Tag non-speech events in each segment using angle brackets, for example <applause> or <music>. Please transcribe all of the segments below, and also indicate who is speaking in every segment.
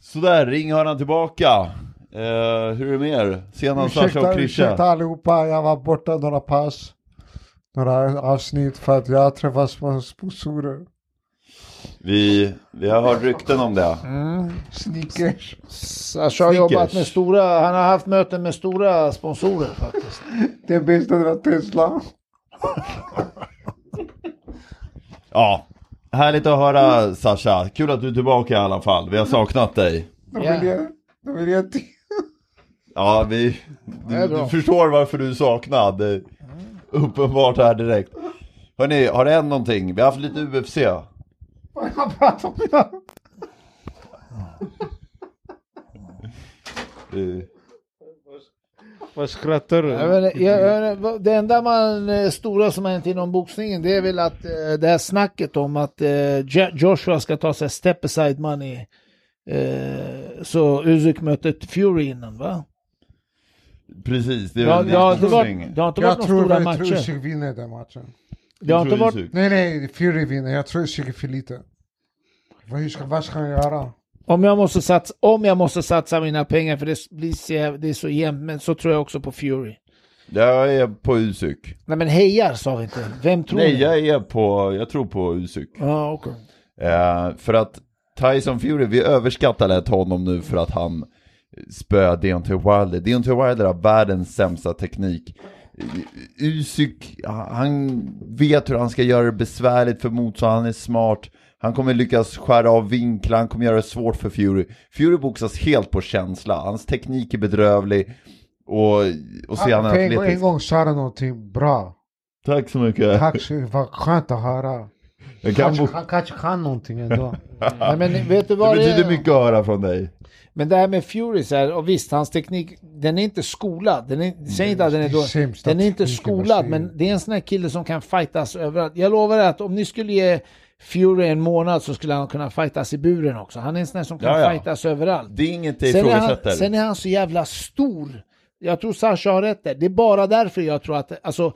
Speaker 1: Sådär, ringhörnan tillbaka. Eh, hur är det med er? Tjena Sasha och
Speaker 2: Ursäkta, ursäkta
Speaker 1: Krisha.
Speaker 2: allihopa, jag var borta några pass, några avsnitt för att jag träffas med sponsorer.
Speaker 1: Vi, vi har hört rykten om det.
Speaker 2: Snickers.
Speaker 3: Sasha Alltså, har jobbat med stora, han har haft möten med stora sponsorer faktiskt.
Speaker 2: Det bästa det var Tesla.
Speaker 1: Ja, härligt att höra Sasha. Kul att du är tillbaka i alla fall. Vi har saknat dig.
Speaker 2: De
Speaker 3: Ja.
Speaker 2: vill ge, de vill ge till.
Speaker 1: Ja, vi,
Speaker 3: Det är
Speaker 1: du,
Speaker 3: bra.
Speaker 1: du förstår varför du är saknad. Det är Uppenbart här direkt. Hörni, har det hänt någonting? Vi har haft lite UFC.
Speaker 2: Vad jag pratar om det?
Speaker 1: Eh,
Speaker 4: Vad skrattar
Speaker 3: Jag
Speaker 4: du?
Speaker 3: vet, inte, jag, jag, vet inte, det enda man, eh, stora som har hänt inom boxningen det är väl att eh, det här snacket om att eh, Jo- Joshua ska ta sig step aside money. Eh, så Usyk mötte Fury innan va?
Speaker 1: Precis, det är
Speaker 3: Ja,
Speaker 1: väl
Speaker 3: ja, det, var,
Speaker 1: boxning.
Speaker 3: det har inte varit
Speaker 2: Jag
Speaker 3: några
Speaker 2: tror
Speaker 3: stora
Speaker 2: jag tror
Speaker 3: matcher.
Speaker 2: Usyk vinner den matchen.
Speaker 3: Det har
Speaker 1: Tror
Speaker 3: inte
Speaker 1: du,
Speaker 3: varit
Speaker 1: Suk?
Speaker 2: Nej, nej, Fury vinner. Jag tror Usyk är för liten. Vad hur ska, vad ska han göra?
Speaker 3: Om jag, måste satsa, om jag måste satsa mina pengar, för det, blir så, jäv- det är så jämnt, men så tror jag också på Fury.
Speaker 1: Jag är på Usyk.
Speaker 3: Nej men hejar sa vi inte. Vem tror
Speaker 1: Nej,
Speaker 3: ni?
Speaker 1: jag är på, jag tror på Usyk.
Speaker 3: Ja, okej.
Speaker 1: Eh, för att Tyson Fury, vi överskattar lätt honom nu för att han spöade Deontay Wilder. Deontay Wilder har världens sämsta teknik. Usyk, han vet hur han ska göra det besvärligt för motståndaren, han är smart. Han kommer lyckas skära av vinklar, han kommer göra det svårt för Fury. Fury boxas helt på känsla, hans teknik är bedrövlig och, och så är han
Speaker 2: Ah, en, gång- en
Speaker 1: atletisk.
Speaker 2: gång sa han någonting bra.
Speaker 1: Tack så mycket.
Speaker 2: Tack så Vad skönt att höra.
Speaker 1: Jag kan
Speaker 2: Kanske,
Speaker 1: bo-
Speaker 2: han kanske kan någonting ändå.
Speaker 3: Nej men vet
Speaker 1: det
Speaker 3: du vad det,
Speaker 1: betyder
Speaker 3: är?
Speaker 1: mycket att höra från dig.
Speaker 3: Men det här med Fury så här, och visst hans teknik, den är inte skolad. Den är, säg inte att den är
Speaker 2: Det är
Speaker 3: dålig.
Speaker 2: sämsta
Speaker 3: Den är inte
Speaker 2: tekniken man
Speaker 3: skolad
Speaker 2: ser.
Speaker 3: men det är en sån här kille som kan fightas överallt. Jag lovar att om ni skulle ge Fury en månad så skulle han kunna fightas i buren också. Han är en sån här som kan
Speaker 1: Ja, ja.
Speaker 3: fightas överallt.
Speaker 1: Det är inget jag
Speaker 3: Sen är, han,
Speaker 1: ifrågasätter.
Speaker 3: sen är han så jävla stor. Jag tror Sasha har rätt där. Det är bara därför jag tror att, alltså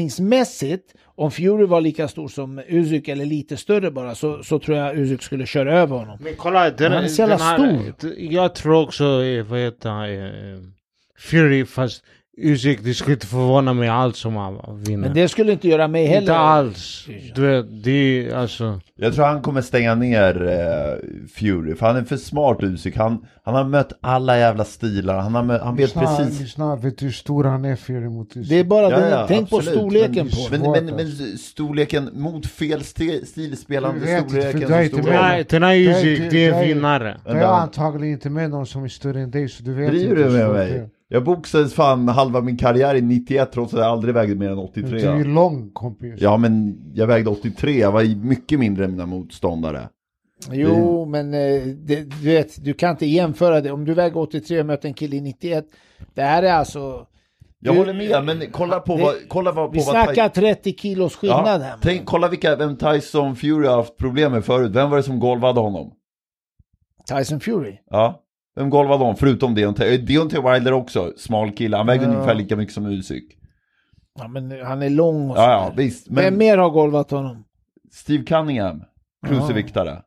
Speaker 3: boxningsmässigt, om Fury var lika stor som Usyk eller lite större bara, så, så tror jag Usyk skulle köra över honom.
Speaker 4: Men kolla, den,
Speaker 3: Han är så jävla
Speaker 4: den här, Jag tror också, eh, vad heter han, eh, Fury, fast Usyk, det skulle inte förvåna mig alls om han vinner.
Speaker 3: Men det skulle inte göra mig heller.
Speaker 4: Inte alls. Du vet, det är alltså...
Speaker 1: Jag tror han kommer stänga ner eh, Fury, för han är för smart Usyk. Han, han har mött alla jävla stilar, han, har mött, han vet
Speaker 2: Lyssna,
Speaker 1: precis.
Speaker 2: lyssna, vet du hur stor han är Fury mot Usyk?
Speaker 3: Det är bara
Speaker 1: Ja,
Speaker 3: den,
Speaker 1: ja,
Speaker 3: tänk
Speaker 1: absolut,
Speaker 3: på storleken
Speaker 1: men,
Speaker 3: på den.
Speaker 1: Men, men, men storleken mot fel ste- stil spelar
Speaker 2: Jag vet
Speaker 1: inte
Speaker 2: inte, för
Speaker 1: storleken
Speaker 2: jag är
Speaker 1: som
Speaker 2: inte
Speaker 1: stor
Speaker 2: med.
Speaker 1: roll.
Speaker 4: Nej, Den här
Speaker 2: Det är-
Speaker 4: Usyk, det är en
Speaker 2: det är-
Speaker 4: vinnare.
Speaker 2: Jag är antagligen inte med någon som är större än dig så du vet
Speaker 1: Driver
Speaker 2: inte
Speaker 1: du
Speaker 2: hur
Speaker 1: med
Speaker 2: stort det
Speaker 1: mig?
Speaker 2: är.
Speaker 1: Jag boxades fan halva min karriär i 91 trots att jag aldrig vägde mer än 83.
Speaker 2: Du är lång kompis.
Speaker 1: Ja men jag vägde 83, jag var mycket mindre än mina motståndare.
Speaker 3: Jo, men eh, det, du vet, du kan inte jämföra det. Om du väger 83 och möter en kille i 91, det här är alltså...
Speaker 1: Jag
Speaker 3: Du-
Speaker 1: håller med, men kolla på
Speaker 3: Det-
Speaker 1: vad... Kolla vad på
Speaker 3: Vi
Speaker 1: vad
Speaker 3: snackar 30 kilos skillnad här.
Speaker 1: tänk, kolla vilka, vem Tyson Fury har haft problem med förut. Vem var det som golvade honom?
Speaker 3: Tyson Fury.
Speaker 1: Ja. Vem golvade honom? Förutom Deontay. eh, Deontay Wilder också, smal kille. Han vägde ungefär lika mycket som Usyk.
Speaker 3: Ja, men han är lång och
Speaker 1: Ja,
Speaker 3: sådär.
Speaker 1: ja, visst. Men
Speaker 3: Vem mer har golvat honom?
Speaker 1: Steve Cunningham, cruiserviktare.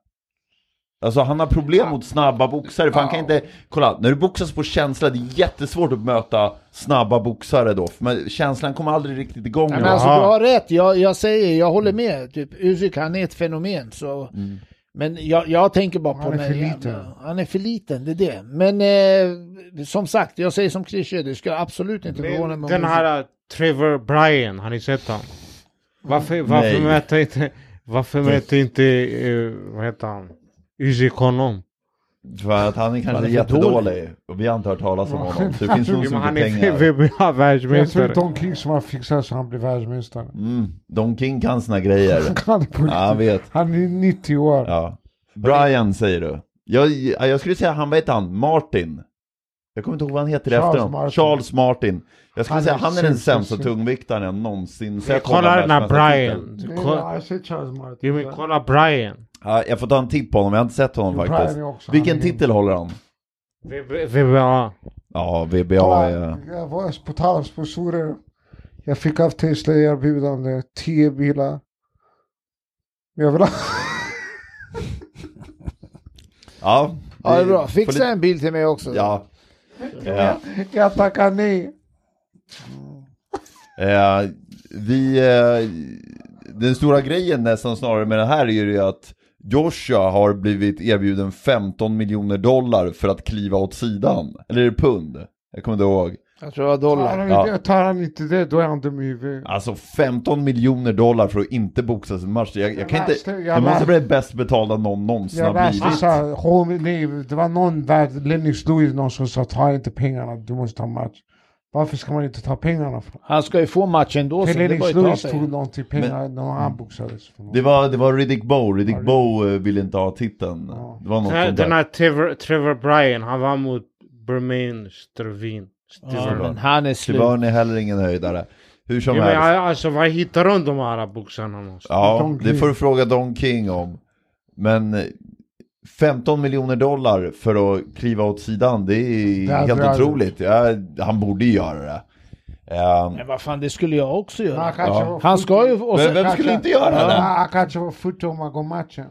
Speaker 1: Alltså han har problem mot snabba boxare, för han kan inte... Kolla, när du boxas på känsla, det är jättesvårt att möta snabba boxare då. Men känslan kommer aldrig riktigt igång.
Speaker 3: Nej,
Speaker 1: då.
Speaker 3: men alltså,
Speaker 4: Jaha.
Speaker 3: du har rätt, jag, jag säger, jag håller med. Typ, Usyk, han är ett fenomen. Så. Men jag, jag tänker bara på
Speaker 2: Han är
Speaker 3: den här
Speaker 2: för
Speaker 3: jävla-
Speaker 2: liten.
Speaker 3: Han är för liten, det är det. Men eh, som sagt, jag säger som Christer, det ska absolut inte förvåna mig om
Speaker 4: Den
Speaker 3: Usyk-
Speaker 4: här eh, Trevor Bryan, har ni sett
Speaker 2: Mm.
Speaker 4: honom? Varför, varför
Speaker 1: Nej.
Speaker 4: mäter inte... Varför mäter inte... eh, vad heter han? Usyk honom?
Speaker 1: För att han är kanske
Speaker 3: är för
Speaker 1: jättedålig, och vi har inte hört talas om honom. Så det finns nog
Speaker 4: Jo,
Speaker 1: så
Speaker 4: men han
Speaker 1: mycket
Speaker 4: är
Speaker 3: <laughs>
Speaker 1: pengar.
Speaker 2: Jag tror
Speaker 4: WBA-världsmästare.
Speaker 2: Don King som har fixat så han blir världsmästare. <laughs>
Speaker 1: Mm, Don King kan sina grejer.
Speaker 2: Han är, på
Speaker 1: Ja, han
Speaker 2: riktigt.
Speaker 1: vet.
Speaker 2: han är 90 år.
Speaker 1: Ja. Brian säger du. Jag, jag skulle säga han, vad heter han? Martin. Jag kommer inte ihåg vad han heter i
Speaker 2: Charles
Speaker 1: efternamn.
Speaker 2: Martin.
Speaker 1: Charles Martin. Jag skulle
Speaker 2: Han
Speaker 1: säga
Speaker 2: är
Speaker 1: han är den
Speaker 2: super,
Speaker 1: sämsta
Speaker 2: super.
Speaker 1: tungviktaren jag någonsin sett.
Speaker 4: Kolla den här Bryan.
Speaker 2: Nej,
Speaker 4: Kolla-
Speaker 2: jag har sett Charles Martin.
Speaker 4: Jo men kolla Brian.
Speaker 1: Ja, jag får ta en titt på honom, jag har inte sett honom
Speaker 2: Jo, Brian
Speaker 1: faktiskt.
Speaker 2: är också-
Speaker 1: Vilken
Speaker 2: han är grym.
Speaker 1: titel håller han?
Speaker 4: VBA.
Speaker 1: Ja, VBA
Speaker 2: Kolla,
Speaker 1: är...
Speaker 2: Jag var på tal om sponsorer. Jag fick av Tesla erbjudande 10 bilar. Men jag vill ha...
Speaker 1: Ja,
Speaker 3: Ja, det är bra.
Speaker 1: För
Speaker 3: Fixa
Speaker 1: lite-
Speaker 3: en bil till mig också.
Speaker 1: Ja. Eh,
Speaker 2: <laughs> Jag tackar nej.
Speaker 1: eh, vi, eh, den stora grejen nästan snarare med det här är ju det att Joshua har blivit erbjuden 15 miljoner dollar för att kliva åt sidan. Eller är det pund? Jag kommer inte ihåg.
Speaker 3: Jag tror det var
Speaker 2: Tar
Speaker 3: dollar.
Speaker 2: han,
Speaker 1: Ja.
Speaker 2: inte, tar han inte det, då är han dum i huvudet.
Speaker 1: Alltså 15 miljoner dollar för att inte boxas en match. Jag, jag kan
Speaker 2: Jag
Speaker 1: inte,
Speaker 2: läste- jag
Speaker 1: det måste
Speaker 2: läste-
Speaker 1: bli bäst betalda någon någonsin har
Speaker 2: Jag läste
Speaker 1: blivit.
Speaker 2: så här, hon- nej, det var någon där, Lennox Lewis, någon som sa ta inte pengarna, du måste ta match. Varför ska man inte ta pengarna? För?
Speaker 3: Han ska ju få matchen då, så
Speaker 2: För
Speaker 3: det är
Speaker 2: Lennox
Speaker 3: bara att ta
Speaker 2: Lewis
Speaker 3: sig.
Speaker 2: tog någonting pengar när han boxades. för någon.
Speaker 1: Det var, det var Riddick Bowe,
Speaker 2: Ja,
Speaker 1: Riddick
Speaker 2: det-
Speaker 1: Bowe eh, ville inte ha titeln.
Speaker 2: Ja.
Speaker 1: Det var något
Speaker 4: Den här,
Speaker 1: sånt
Speaker 4: den
Speaker 1: där.
Speaker 4: här Trevor, Trevor Bryan, han var mot Bermain Stervin.
Speaker 3: Ja,
Speaker 1: Tyvärr.
Speaker 3: men han är slut.
Speaker 1: Tyvärr är heller ingen höjdare. Hur som
Speaker 4: Ja, men
Speaker 1: helst.
Speaker 4: alltså vad hittar de de här boxarna någonstans?
Speaker 1: Ja,
Speaker 2: Don
Speaker 1: det
Speaker 2: King.
Speaker 1: får du fråga Don King om. Men eh, 15 miljoner dollar för att kliva åt sidan, det är
Speaker 2: Det hade
Speaker 1: helt
Speaker 2: jag aldrig
Speaker 1: otroligt. Ja, han borde ju göra det. Ehm,
Speaker 3: Men vad fan, det skulle jag också
Speaker 2: Men Han
Speaker 3: göra.
Speaker 2: kanske
Speaker 1: Ja.
Speaker 2: var
Speaker 3: Han ska ju...
Speaker 2: 40.
Speaker 3: Och
Speaker 1: men
Speaker 3: sen,
Speaker 1: vem skulle
Speaker 2: kanske-
Speaker 1: inte göra
Speaker 2: Ja,
Speaker 1: det?
Speaker 2: Han kanske var 40 om han går matchen.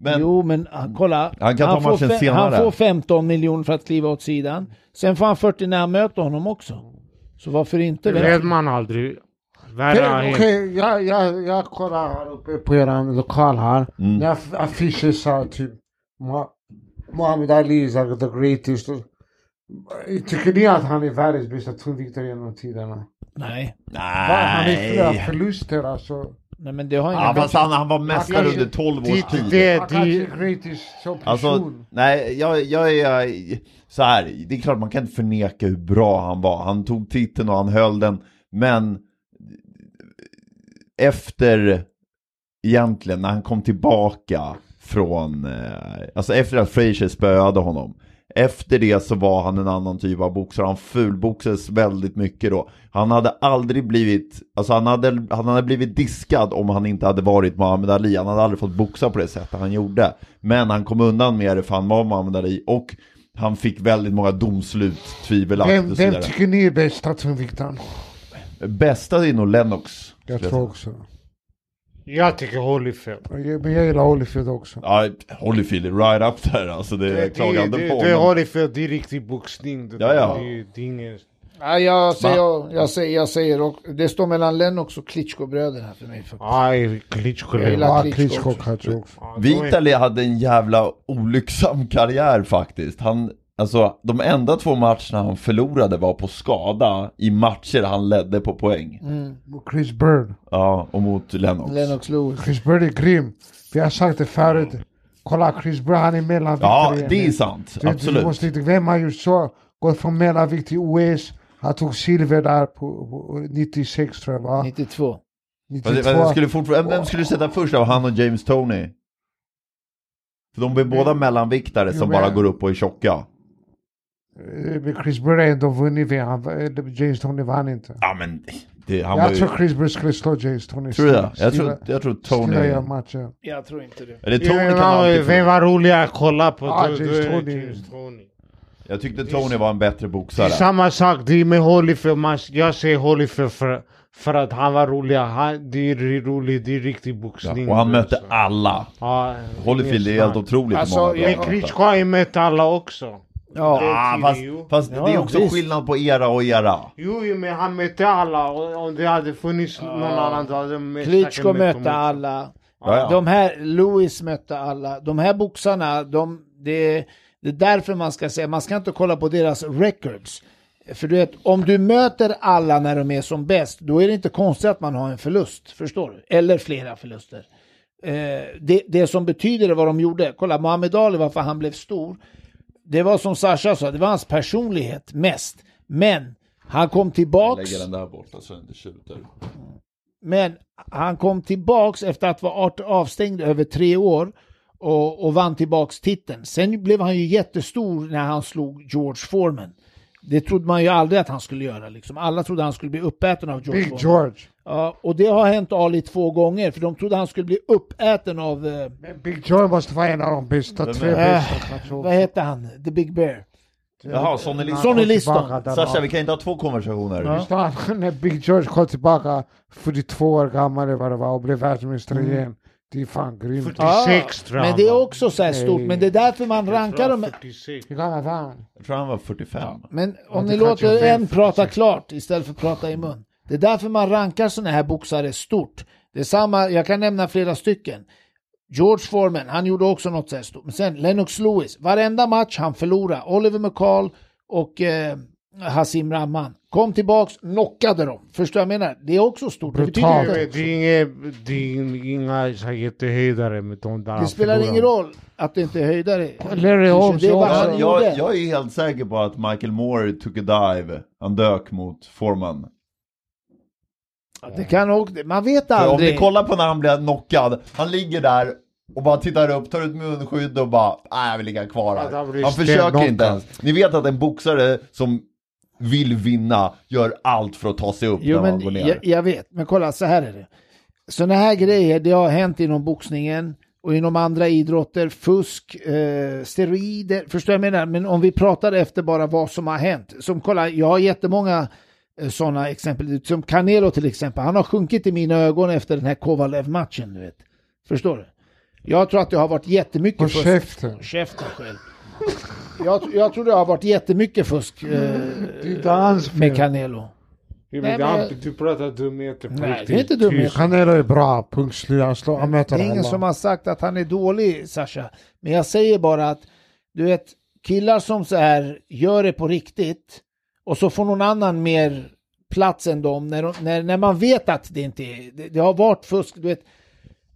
Speaker 1: Men,
Speaker 3: jo, men ah, kolla.
Speaker 1: Han kan ta
Speaker 3: får
Speaker 1: matchen
Speaker 3: fe-
Speaker 1: senare.
Speaker 3: Han får 15 miljoner för att kliva åt sidan. Sen får han 40 när han möter honom också. Så varför inte?
Speaker 4: Det
Speaker 3: Vem-
Speaker 4: vet man aldrig. Värre har
Speaker 2: Okej,
Speaker 4: hänt.
Speaker 2: okej, jag, jag, jag kollar här uppe på er lokal här.
Speaker 1: Mm.
Speaker 2: När aff- affischer sa typ Mo- Muhammad Ali is like the greatest. Tycker ni att han är världens bästa tungviktare genom tiderna?
Speaker 3: Nej.
Speaker 2: Va? Han är flera
Speaker 1: nej.
Speaker 2: förluster alltså.
Speaker 3: Nej, men det har ingen...
Speaker 1: Ja, fast han, han var
Speaker 2: Han
Speaker 1: mästare
Speaker 2: kanske-
Speaker 1: under 12
Speaker 4: Det,
Speaker 1: års
Speaker 4: det,
Speaker 1: tid.
Speaker 4: det,
Speaker 2: Han kanske
Speaker 4: det,
Speaker 2: är greatest som person.
Speaker 1: Alltså, nej, jag, jag är så här. Det är klart man kan inte förneka hur bra han var. Han tog titeln och han höll den. Men efter, egentligen, när han kom tillbaka från, eh, alltså efter att Frazier spöade honom. Efter det så var han en annan typ av boxare, han fulboxades väldigt mycket då. Han hade aldrig blivit, alltså han hade, han hade blivit diskad om han inte hade varit Muhammad Ali. Han hade aldrig fått boxa på det sättet han gjorde. Men han kom undan med det för han var Muhammad Ali och han fick väldigt många domslut, tvivelaktigt
Speaker 2: vem,
Speaker 1: och så
Speaker 2: vem
Speaker 1: vidare.
Speaker 2: tycker ni är bästa tungviktaren?
Speaker 1: Bästa är nog Lennox.
Speaker 2: Jag
Speaker 1: skulle
Speaker 2: tror
Speaker 1: jag
Speaker 2: också.
Speaker 4: jag tycker Holyfield.
Speaker 2: Jag- Men jag gillar Holyfield också.
Speaker 1: säga. Ja, Holyfield är right up där alltså, det,
Speaker 4: Det,
Speaker 1: klagar
Speaker 4: det,
Speaker 1: inte
Speaker 4: det,
Speaker 1: på
Speaker 4: det är
Speaker 1: honom.
Speaker 4: Holyfield, det är riktig boxning. Det,
Speaker 1: Ja, ja.
Speaker 4: Det, det är ingen...
Speaker 3: Ja, jag, säger, jag, säger, jag säger och det står mellan Lennox och Klitschko-bröderna här för mig. faktiskt.
Speaker 4: Aj, Klitschko.
Speaker 3: Jag gillar-
Speaker 2: Ja,
Speaker 3: Klitschko
Speaker 2: Klitschko
Speaker 3: också.
Speaker 2: kanske också.
Speaker 4: Ja, de är-
Speaker 1: Vitali hade en jävla olycksam karriär faktiskt. Han, alltså, de enda två matcherna han förlorade var på skada i matcher han ledde på poäng.
Speaker 3: Mm.
Speaker 2: Chris Bird.
Speaker 1: Ja, och mot Lennox.
Speaker 3: Lennox Lewis.
Speaker 2: Chris Bird är grym. Vi har sagt det förut. Kolla Chris Bird, han är
Speaker 1: Ja,
Speaker 2: mellanviktare.
Speaker 1: det är sant.
Speaker 2: Du- Du
Speaker 1: Absolut.
Speaker 2: måste inte, vem har gjort så? Gått från mellanvikt till OS. Han tog silver där på, på 96 tror jag va?
Speaker 3: 92.
Speaker 1: Fast
Speaker 2: 92.
Speaker 1: jag- jag skulle fortfarande, vem skulle du sätta först av han och James Tony? För de är båda mellanviktare som
Speaker 2: Jo, men-
Speaker 1: bara går upp och är tjocka.
Speaker 2: Eh, Men Chris Bird har ändå vunnit. VM. Han, eh, James Tony vann inte.
Speaker 1: Ja men, det, han var
Speaker 2: Jag
Speaker 1: ju...
Speaker 2: tror Chris Bird skulle slå James Tony.
Speaker 1: Tror du det? Jag tror, jag tror Tony...
Speaker 2: Stilla gör matchen.
Speaker 3: Jag tror inte det.
Speaker 1: Eller
Speaker 4: Ja,
Speaker 1: Tony kan
Speaker 4: men
Speaker 1: alltid
Speaker 4: Vem
Speaker 1: förlora.
Speaker 4: var roligare att kolla på?
Speaker 2: Ja,
Speaker 4: Då- då
Speaker 2: James
Speaker 4: är det
Speaker 2: Tony.
Speaker 4: James Tony.
Speaker 1: Jag tyckte Tony var en bättre
Speaker 4: Det är
Speaker 1: boxare.
Speaker 4: samma sak, det är med Holyfield. Man, jag säger Holyfield för, för att han var rolig. Han, det är roligt, det är riktig
Speaker 1: Ja,
Speaker 4: boxning.
Speaker 1: och han mötte alla.
Speaker 4: Ja,
Speaker 1: Holyfield är
Speaker 4: ingen
Speaker 1: helt
Speaker 4: snack.
Speaker 1: otroligt hur
Speaker 3: Alltså,
Speaker 1: många bra
Speaker 3: jag-
Speaker 4: Men
Speaker 1: han
Speaker 4: Klitschko har ju mött alla också.
Speaker 3: Ja.
Speaker 1: Ah, fast, fast det är
Speaker 3: Ja,
Speaker 1: också
Speaker 3: visst.
Speaker 1: skillnad på era och era.
Speaker 4: Jo, jo, men han mötte alla. Och- Om det hade funnits någon annan så hade de säkert
Speaker 3: Klitschko
Speaker 4: mött
Speaker 3: mötte
Speaker 4: dem också.
Speaker 3: alla.
Speaker 1: Ja, ja.
Speaker 3: De här, Lewis mötte alla. De här boxarna, de, det, det är därför man ska säga, man ska inte kolla på deras records. För du vet, om du möter alla när de är som bäst, då är det inte konstigt att man har en förlust. Förstår du? Eller flera förluster. Eh, det, det som betyder är vad de gjorde. Kolla, Muhammad Ali, varför han blev stor. Det var som Sasha sa, det var hans personlighet mest. Men han kom tillbaks.
Speaker 1: lägger den där borta så den inte tjuter.
Speaker 3: Men han kom tillbaks efter att vara art- avstängd över tre år och, och vann tillbaks titeln. Sen blev han ju jättestor när han slog George Foreman. Det trodde man ju aldrig att han skulle göra. Liksom. Alla trodde han skulle bli uppäten av George
Speaker 2: Big
Speaker 3: Foreman.
Speaker 2: George.
Speaker 3: Ja, och det har hänt Ali två gånger, för de trodde han skulle bli uppäten av, eh,
Speaker 2: Men Big George måste vara en av de bästa.
Speaker 1: Vem
Speaker 2: Tre
Speaker 1: är-
Speaker 2: bästa kanske
Speaker 3: vad
Speaker 2: också.
Speaker 3: heter han, The Big Bear?
Speaker 1: Jaha, Sonny Liston.
Speaker 3: Sonny
Speaker 2: kom
Speaker 3: Liston.
Speaker 2: tillbaka där
Speaker 1: Sasha,
Speaker 2: bak.
Speaker 1: vi kan inte ha två konversationer.
Speaker 3: Ja.
Speaker 2: Visst <laughs> har han- när Big George kom tillbaka 42 år gammal eller vad det var och blev världsmästare igen Det är fan grymt.
Speaker 4: 46 tror jag
Speaker 3: men det är
Speaker 4: han var.
Speaker 3: också så här stort,
Speaker 2: Nej.
Speaker 3: men det är därför man
Speaker 4: Jag
Speaker 3: rankar
Speaker 4: tror
Speaker 3: dem.
Speaker 4: 46.
Speaker 2: Hur gammal var han?
Speaker 1: Jag tror han var 45.
Speaker 3: Men
Speaker 2: Ja,
Speaker 3: om
Speaker 2: det
Speaker 3: ni
Speaker 2: kanske
Speaker 3: låter
Speaker 2: är
Speaker 3: en
Speaker 2: fel.
Speaker 3: prata klart istället för att prata i mun. Det är därför man rankar sådana här boxare stort. Det är samma, jag kan nämna flera stycken. George Foreman, han gjorde också något så här stort. Men sen Lennox Lewis, varenda match han förlorade. Oliver McCall och eh, Hasim Rahman. Kom tillbaks, knockade dem. Förstår jag vad jag menar? Det är också stort. Det, betyder
Speaker 2: Brutalt.
Speaker 4: Det
Speaker 3: inte,
Speaker 4: är inga, det är inga så här jättehöjdare med de där.
Speaker 3: det spelar ingen roll att det inte är höjdare.
Speaker 2: Larry Holmes
Speaker 3: Det är
Speaker 2: också.
Speaker 3: bara-
Speaker 1: Jag, jag,
Speaker 3: han gjorde.
Speaker 1: jag är helt säker på att Michael Moore took a dive. Han dök mot Foreman.
Speaker 3: Det kan också, man vet
Speaker 1: För om
Speaker 3: aldrig.
Speaker 1: ni kollar på när han blev knockad, han ligger där och bara tittar upp, tar ut munskydd och bara nej jag vill ligga kvar
Speaker 4: Att han
Speaker 1: här.
Speaker 4: blir
Speaker 1: Han försöker
Speaker 4: stenknockad.
Speaker 1: inte ens. Ni vet att en boxare som vill vinna gör allt för att ta sig upp
Speaker 3: Jo,
Speaker 1: när man
Speaker 3: men
Speaker 1: går ner.
Speaker 3: jag, jag vet. Men kolla, så här är det. Sådana här grejer, det har hänt inom boxningen och inom andra idrotter. Fusk, eh, steroider. Förstår jag vad jag menar? Men om vi pratar efter bara vad som har hänt. Som kolla, jag har jättemånga eh, sådana exempel. Som Canelo till exempel. Han har sjunkit i mina ögon efter den här Kovalev-matchen. Du vet. Förstår du? Jag tror att det har varit jättemycket
Speaker 2: På
Speaker 3: fusk.
Speaker 2: käften.
Speaker 3: Käften själv. Jag, jag tror det har varit jättemycket fusk eh,
Speaker 2: Det är inte hans
Speaker 3: med
Speaker 2: fel.
Speaker 3: Canelo.
Speaker 4: Du,
Speaker 3: Nej, men-
Speaker 4: typ du pratar dumheter på
Speaker 3: Nej,
Speaker 4: riktigt.
Speaker 3: det är inte dumheter.
Speaker 4: Tyst.
Speaker 2: Canelo är bra, punkt slut. Han slår, han
Speaker 3: Det
Speaker 2: möter
Speaker 3: är ingen
Speaker 2: alla.
Speaker 3: som har sagt att han är dålig, Sasha. Men jag säger bara att, du vet, killar som så här gör det på riktigt och så får någon annan mer plats än dem när, de, när, när man vet att det inte är, det, det har varit fusk, du vet.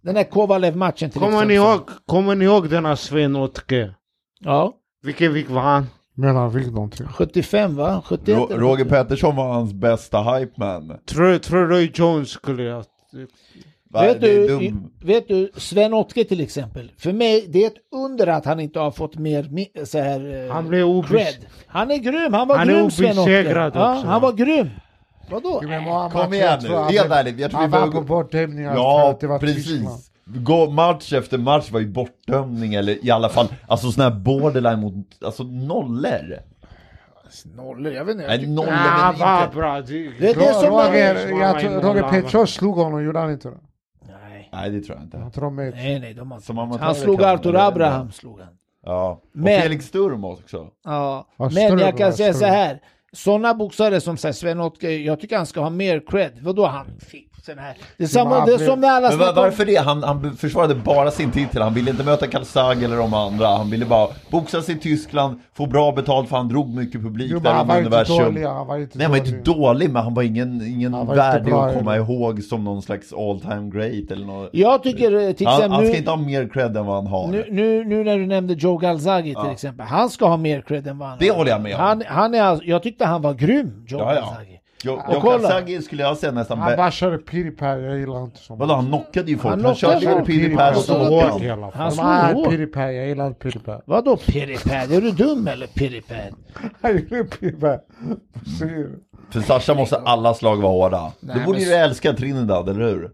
Speaker 3: Den här Kovalev-matchen till
Speaker 4: Kommer ni
Speaker 3: exempel.
Speaker 4: ihåg, kommer ni ihåg denna Sven Otke?
Speaker 3: Ja,
Speaker 4: Vilken vikt var han?
Speaker 2: Men han fick någonting.
Speaker 3: 75 va? 71
Speaker 1: Ro-
Speaker 3: eller
Speaker 1: Roger
Speaker 3: 70?
Speaker 1: Pettersson var hans bästa hype man.
Speaker 4: Tror, tror Roy Jones skulle... ha-
Speaker 1: Va,
Speaker 3: Vet
Speaker 1: det är
Speaker 3: du,
Speaker 1: dum-
Speaker 3: i- vet du, Sven Otke till exempel. För mig, det är ett under att han inte har fått mer mi- så här, eh,
Speaker 4: Han blev obes-
Speaker 3: cred. Han är grym, han var
Speaker 4: Han är
Speaker 3: grym Sven Otke.
Speaker 4: obesegrad
Speaker 3: Ja,
Speaker 4: också.
Speaker 3: han var grym. Vadå?
Speaker 1: Kom igen nu, helt ärligt. Jag tror vi
Speaker 2: Han var
Speaker 1: behöver
Speaker 2: på
Speaker 1: gå...
Speaker 2: bortdömningar för
Speaker 1: Ja,
Speaker 2: att det var Tyskland.
Speaker 1: precis. Gå match efter match var ju bortdömning eller i alla fall, alltså sån här borderline mot, alltså nollor.
Speaker 3: Nollor, jag vet inte.
Speaker 1: Nej, nollor
Speaker 4: Ja,
Speaker 1: men
Speaker 4: Ah, vad
Speaker 1: inte.
Speaker 4: bra. Det,
Speaker 3: Det är det som-
Speaker 2: Roger, jag tror- Roger Pettersson slog honom, gjorde han inte det?
Speaker 3: nej,
Speaker 1: Nej, det tror jag inte.
Speaker 2: Jag tror de är-
Speaker 3: nej, nej, de har
Speaker 1: Som amatörer
Speaker 3: Han slog
Speaker 1: kan man
Speaker 3: Arthur
Speaker 1: väl-
Speaker 3: Abraham. Slog han.
Speaker 1: Ja, och
Speaker 3: Men-
Speaker 1: Felix Sturm också.
Speaker 3: Ja.
Speaker 2: Ja,
Speaker 3: Men
Speaker 2: större
Speaker 3: jag kan
Speaker 2: var
Speaker 3: säga så
Speaker 2: större.
Speaker 3: här. Sådana boxare som så här, Sven Otke, jag tycker han ska ha mer cred. Vadå han fick sån här? Det är, samma,
Speaker 2: han
Speaker 3: det är
Speaker 2: blev-
Speaker 3: som när alla
Speaker 1: Men va-
Speaker 3: snackar om-
Speaker 1: varför det? Han, han be- försvarade bara sin titel, han ville inte möta Kalsag eller de andra, han ville bara boxas i Tyskland, få bra betalt för han drog mycket publik
Speaker 2: Jo, men
Speaker 1: där
Speaker 2: han
Speaker 1: under
Speaker 2: var inte
Speaker 1: universum.
Speaker 2: dålig. Han var inte
Speaker 1: Nej han var
Speaker 2: dålig.
Speaker 1: inte dålig men han var ingen, ingen
Speaker 2: Han var inte
Speaker 1: värdig
Speaker 2: bra
Speaker 1: att komma
Speaker 2: heller.
Speaker 1: ihåg som någon slags all time great eller något.
Speaker 3: Jag tycker eh, till
Speaker 1: Han,
Speaker 3: exempel...
Speaker 1: han ska
Speaker 3: nu-
Speaker 1: inte ha mer cred än vad han har.
Speaker 3: Nu, nu, nu när du nämnde Joe Galzaghi till
Speaker 1: Ja.
Speaker 3: exempel, han ska ha mer cred än vad han
Speaker 1: Det
Speaker 3: har.
Speaker 1: håller jag med om.
Speaker 3: Han, han är alltså, jag tyckte han var grym, Joe
Speaker 1: Ja, ja.
Speaker 3: Galzaghi.
Speaker 1: Jo-
Speaker 3: Och
Speaker 1: Jocke
Speaker 3: kolla.
Speaker 1: Asagi skulle jag säga nästan
Speaker 2: Han
Speaker 1: bäst.
Speaker 2: bara körde piripär, jag gillar inte sånt.
Speaker 1: Vadå han knockade ju folk, han,
Speaker 3: knockade
Speaker 1: körde ju
Speaker 3: folk.
Speaker 1: Piri
Speaker 2: Han
Speaker 1: Persson
Speaker 3: slog
Speaker 1: och
Speaker 4: Hårt i
Speaker 1: honom.
Speaker 4: alla fall.
Speaker 3: Han
Speaker 2: De
Speaker 3: slog
Speaker 2: här
Speaker 3: hårt.
Speaker 2: piripär, jag gillar inte piripär.
Speaker 3: Vadå piripad? Är du dum eller piripad?
Speaker 2: Jag gillar piripär.
Speaker 1: Mm.
Speaker 2: Vad säger du?
Speaker 1: För Sasha måste alla slag vara hårda. Då borde
Speaker 3: men-
Speaker 1: ni ju älska Trinidad, eller hur?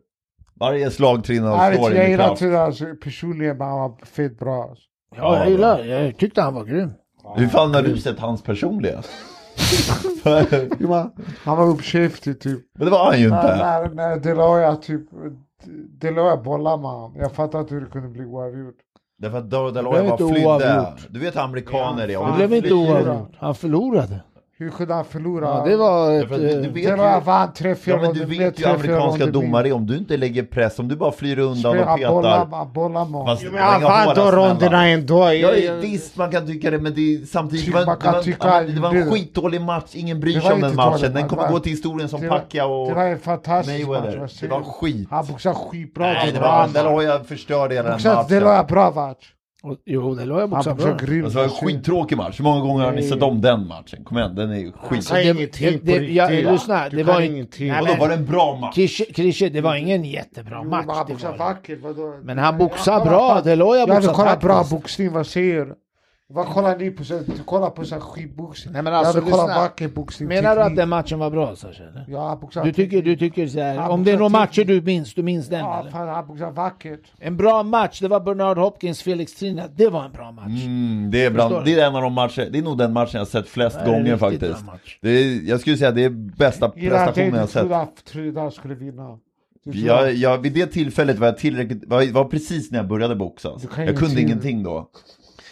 Speaker 1: Varje slag Trinidad
Speaker 2: Jag vet
Speaker 1: slår
Speaker 2: inte,
Speaker 1: in
Speaker 2: jag
Speaker 1: i
Speaker 2: gillar
Speaker 1: kraft.
Speaker 2: inte det alltså, personligen, men han var fett bra. Alltså.
Speaker 3: Ja, jag gillar Jag tyckte han var grym.
Speaker 1: Hur fan har du sett hans personliga?
Speaker 3: <laughs>
Speaker 2: Jo, men Han var uppkäftig typ.
Speaker 1: men det var han ju
Speaker 2: När,
Speaker 1: inte.
Speaker 2: när, när Deloya typ, Deloya bollade med honom. Jag fattar inte hur det kunde bli oavgjort.
Speaker 1: Därför att Doro
Speaker 3: Det
Speaker 1: Deloya
Speaker 3: blev
Speaker 1: bara
Speaker 3: inte
Speaker 1: flydde.
Speaker 3: oavgjort.
Speaker 1: Du vet hur amerikaner är.
Speaker 4: Ja,
Speaker 1: Om
Speaker 4: fan.
Speaker 3: Det
Speaker 1: du
Speaker 3: blev inte
Speaker 1: flyr-
Speaker 3: oavgjort. Han förlorade.
Speaker 2: Hur kunde han förlora?
Speaker 3: Ja, det var ett...
Speaker 1: Därför att du-
Speaker 3: eh,
Speaker 1: du vet
Speaker 2: Deloya
Speaker 1: ju-
Speaker 2: vann tre, fyra
Speaker 1: Ja men du
Speaker 2: ronder,
Speaker 1: vet ju
Speaker 2: tre, fyra
Speaker 1: amerikanska
Speaker 2: ronder
Speaker 1: domare
Speaker 2: till.
Speaker 1: är, om du inte lägger press, om du bara flyr undan och
Speaker 2: Spela bollar
Speaker 1: petar.
Speaker 2: med, bollar med honom.
Speaker 1: Fast
Speaker 4: Jo,
Speaker 1: det
Speaker 4: Men
Speaker 1: var
Speaker 4: han
Speaker 1: inga
Speaker 4: vann
Speaker 1: hårda
Speaker 4: då
Speaker 1: smällar.
Speaker 4: ronderna ändå.
Speaker 1: Ja,
Speaker 4: Jag- jag-
Speaker 1: visst man kan tycka det men det är samtidigt, det var,
Speaker 2: Man
Speaker 1: det
Speaker 2: kan
Speaker 1: var,
Speaker 2: tycka
Speaker 1: ja, men det var en
Speaker 2: det.
Speaker 1: skitdålig match, ingen bryr
Speaker 2: Det
Speaker 1: sig
Speaker 2: var
Speaker 1: om den
Speaker 2: inte dåligt,
Speaker 1: matchen. Den
Speaker 2: man
Speaker 1: kommer
Speaker 2: var-
Speaker 1: gå till historien som
Speaker 2: det var-
Speaker 1: Packa
Speaker 2: Det
Speaker 1: och
Speaker 2: var en fantastisk match. Alltså,
Speaker 1: Mayweather.
Speaker 2: vad
Speaker 1: Det
Speaker 2: säger
Speaker 1: var
Speaker 2: du?
Speaker 1: skit.
Speaker 2: Han boxade skitbra.
Speaker 1: Nej det
Speaker 2: bra
Speaker 1: var,
Speaker 2: match.
Speaker 1: Deloya förstörde hela den
Speaker 2: Boxade
Speaker 1: matchen.
Speaker 2: Deloya bra match.
Speaker 3: och- Jo, det la jag
Speaker 2: Han
Speaker 3: boxar bra.
Speaker 2: boxade grymt.
Speaker 1: Alltså, det var en skittråkig match, hur många gånger har ni sett om den matchen? Kom igen, den är ju skit.
Speaker 4: kan
Speaker 3: Det-
Speaker 4: ingenting
Speaker 3: det-
Speaker 4: på
Speaker 3: det-
Speaker 4: riktigt,
Speaker 3: jag-
Speaker 4: va?
Speaker 3: lyssna,
Speaker 4: Du
Speaker 3: det
Speaker 4: kan
Speaker 3: var ju-
Speaker 4: ingenting.
Speaker 3: Alltså, Nej,
Speaker 1: Vadå,
Speaker 3: men-
Speaker 1: var det en bra match?
Speaker 3: Krische- Krische, det var ingen jättebra
Speaker 2: Jo, men
Speaker 3: match.
Speaker 2: Han
Speaker 3: Det
Speaker 2: boxade
Speaker 3: var. det.
Speaker 2: vackert. Vadå?
Speaker 3: Men han
Speaker 2: Jag
Speaker 3: boxar
Speaker 2: kollar
Speaker 3: bra.
Speaker 2: på-
Speaker 3: Det la jag
Speaker 2: Jag hade
Speaker 3: boxar
Speaker 2: kollat bra
Speaker 3: taktiskt.
Speaker 2: boxning. Vad säger du? Vad kollar ni på? så- Du kollar på sån här skitboxning.
Speaker 3: Nej, men
Speaker 2: Jag
Speaker 3: alltså,
Speaker 2: hade kollat
Speaker 3: lyssna.
Speaker 2: vacker boxning.
Speaker 3: Menar du att
Speaker 2: teknik.
Speaker 3: den matchen var bra, Sasha? eller?
Speaker 2: Ja, han boxade...
Speaker 3: Du tycker, du tycker så här,
Speaker 2: Han
Speaker 3: om det är
Speaker 2: boxar
Speaker 3: några matcher
Speaker 2: till-
Speaker 3: du minns, du minns den
Speaker 2: Ja,
Speaker 3: eller?
Speaker 2: fan, han boxade vackert.
Speaker 3: En bra match, det var Bernard Hopkins, Felix Trinidad, det var en bra match.
Speaker 1: Mm, det, är bland,
Speaker 3: Förstår
Speaker 1: det
Speaker 3: du?
Speaker 1: är en av de matcher, det är nog den matchen jag har sett flest
Speaker 3: Det är en
Speaker 1: gånger
Speaker 3: riktigt
Speaker 1: faktiskt.
Speaker 3: bra match.
Speaker 1: Det är, jag skulle säga det är bästa
Speaker 2: Gillar att
Speaker 1: prestationen jag har
Speaker 2: David
Speaker 1: sett.
Speaker 2: trodde att Trinidad skulle vinna.
Speaker 1: Jag, jag, vid det tillfället var jag tillräckligt, var, var precis när jag började boxas.
Speaker 2: Du kan
Speaker 1: Jag kunde
Speaker 2: ingenting.
Speaker 1: ingenting då.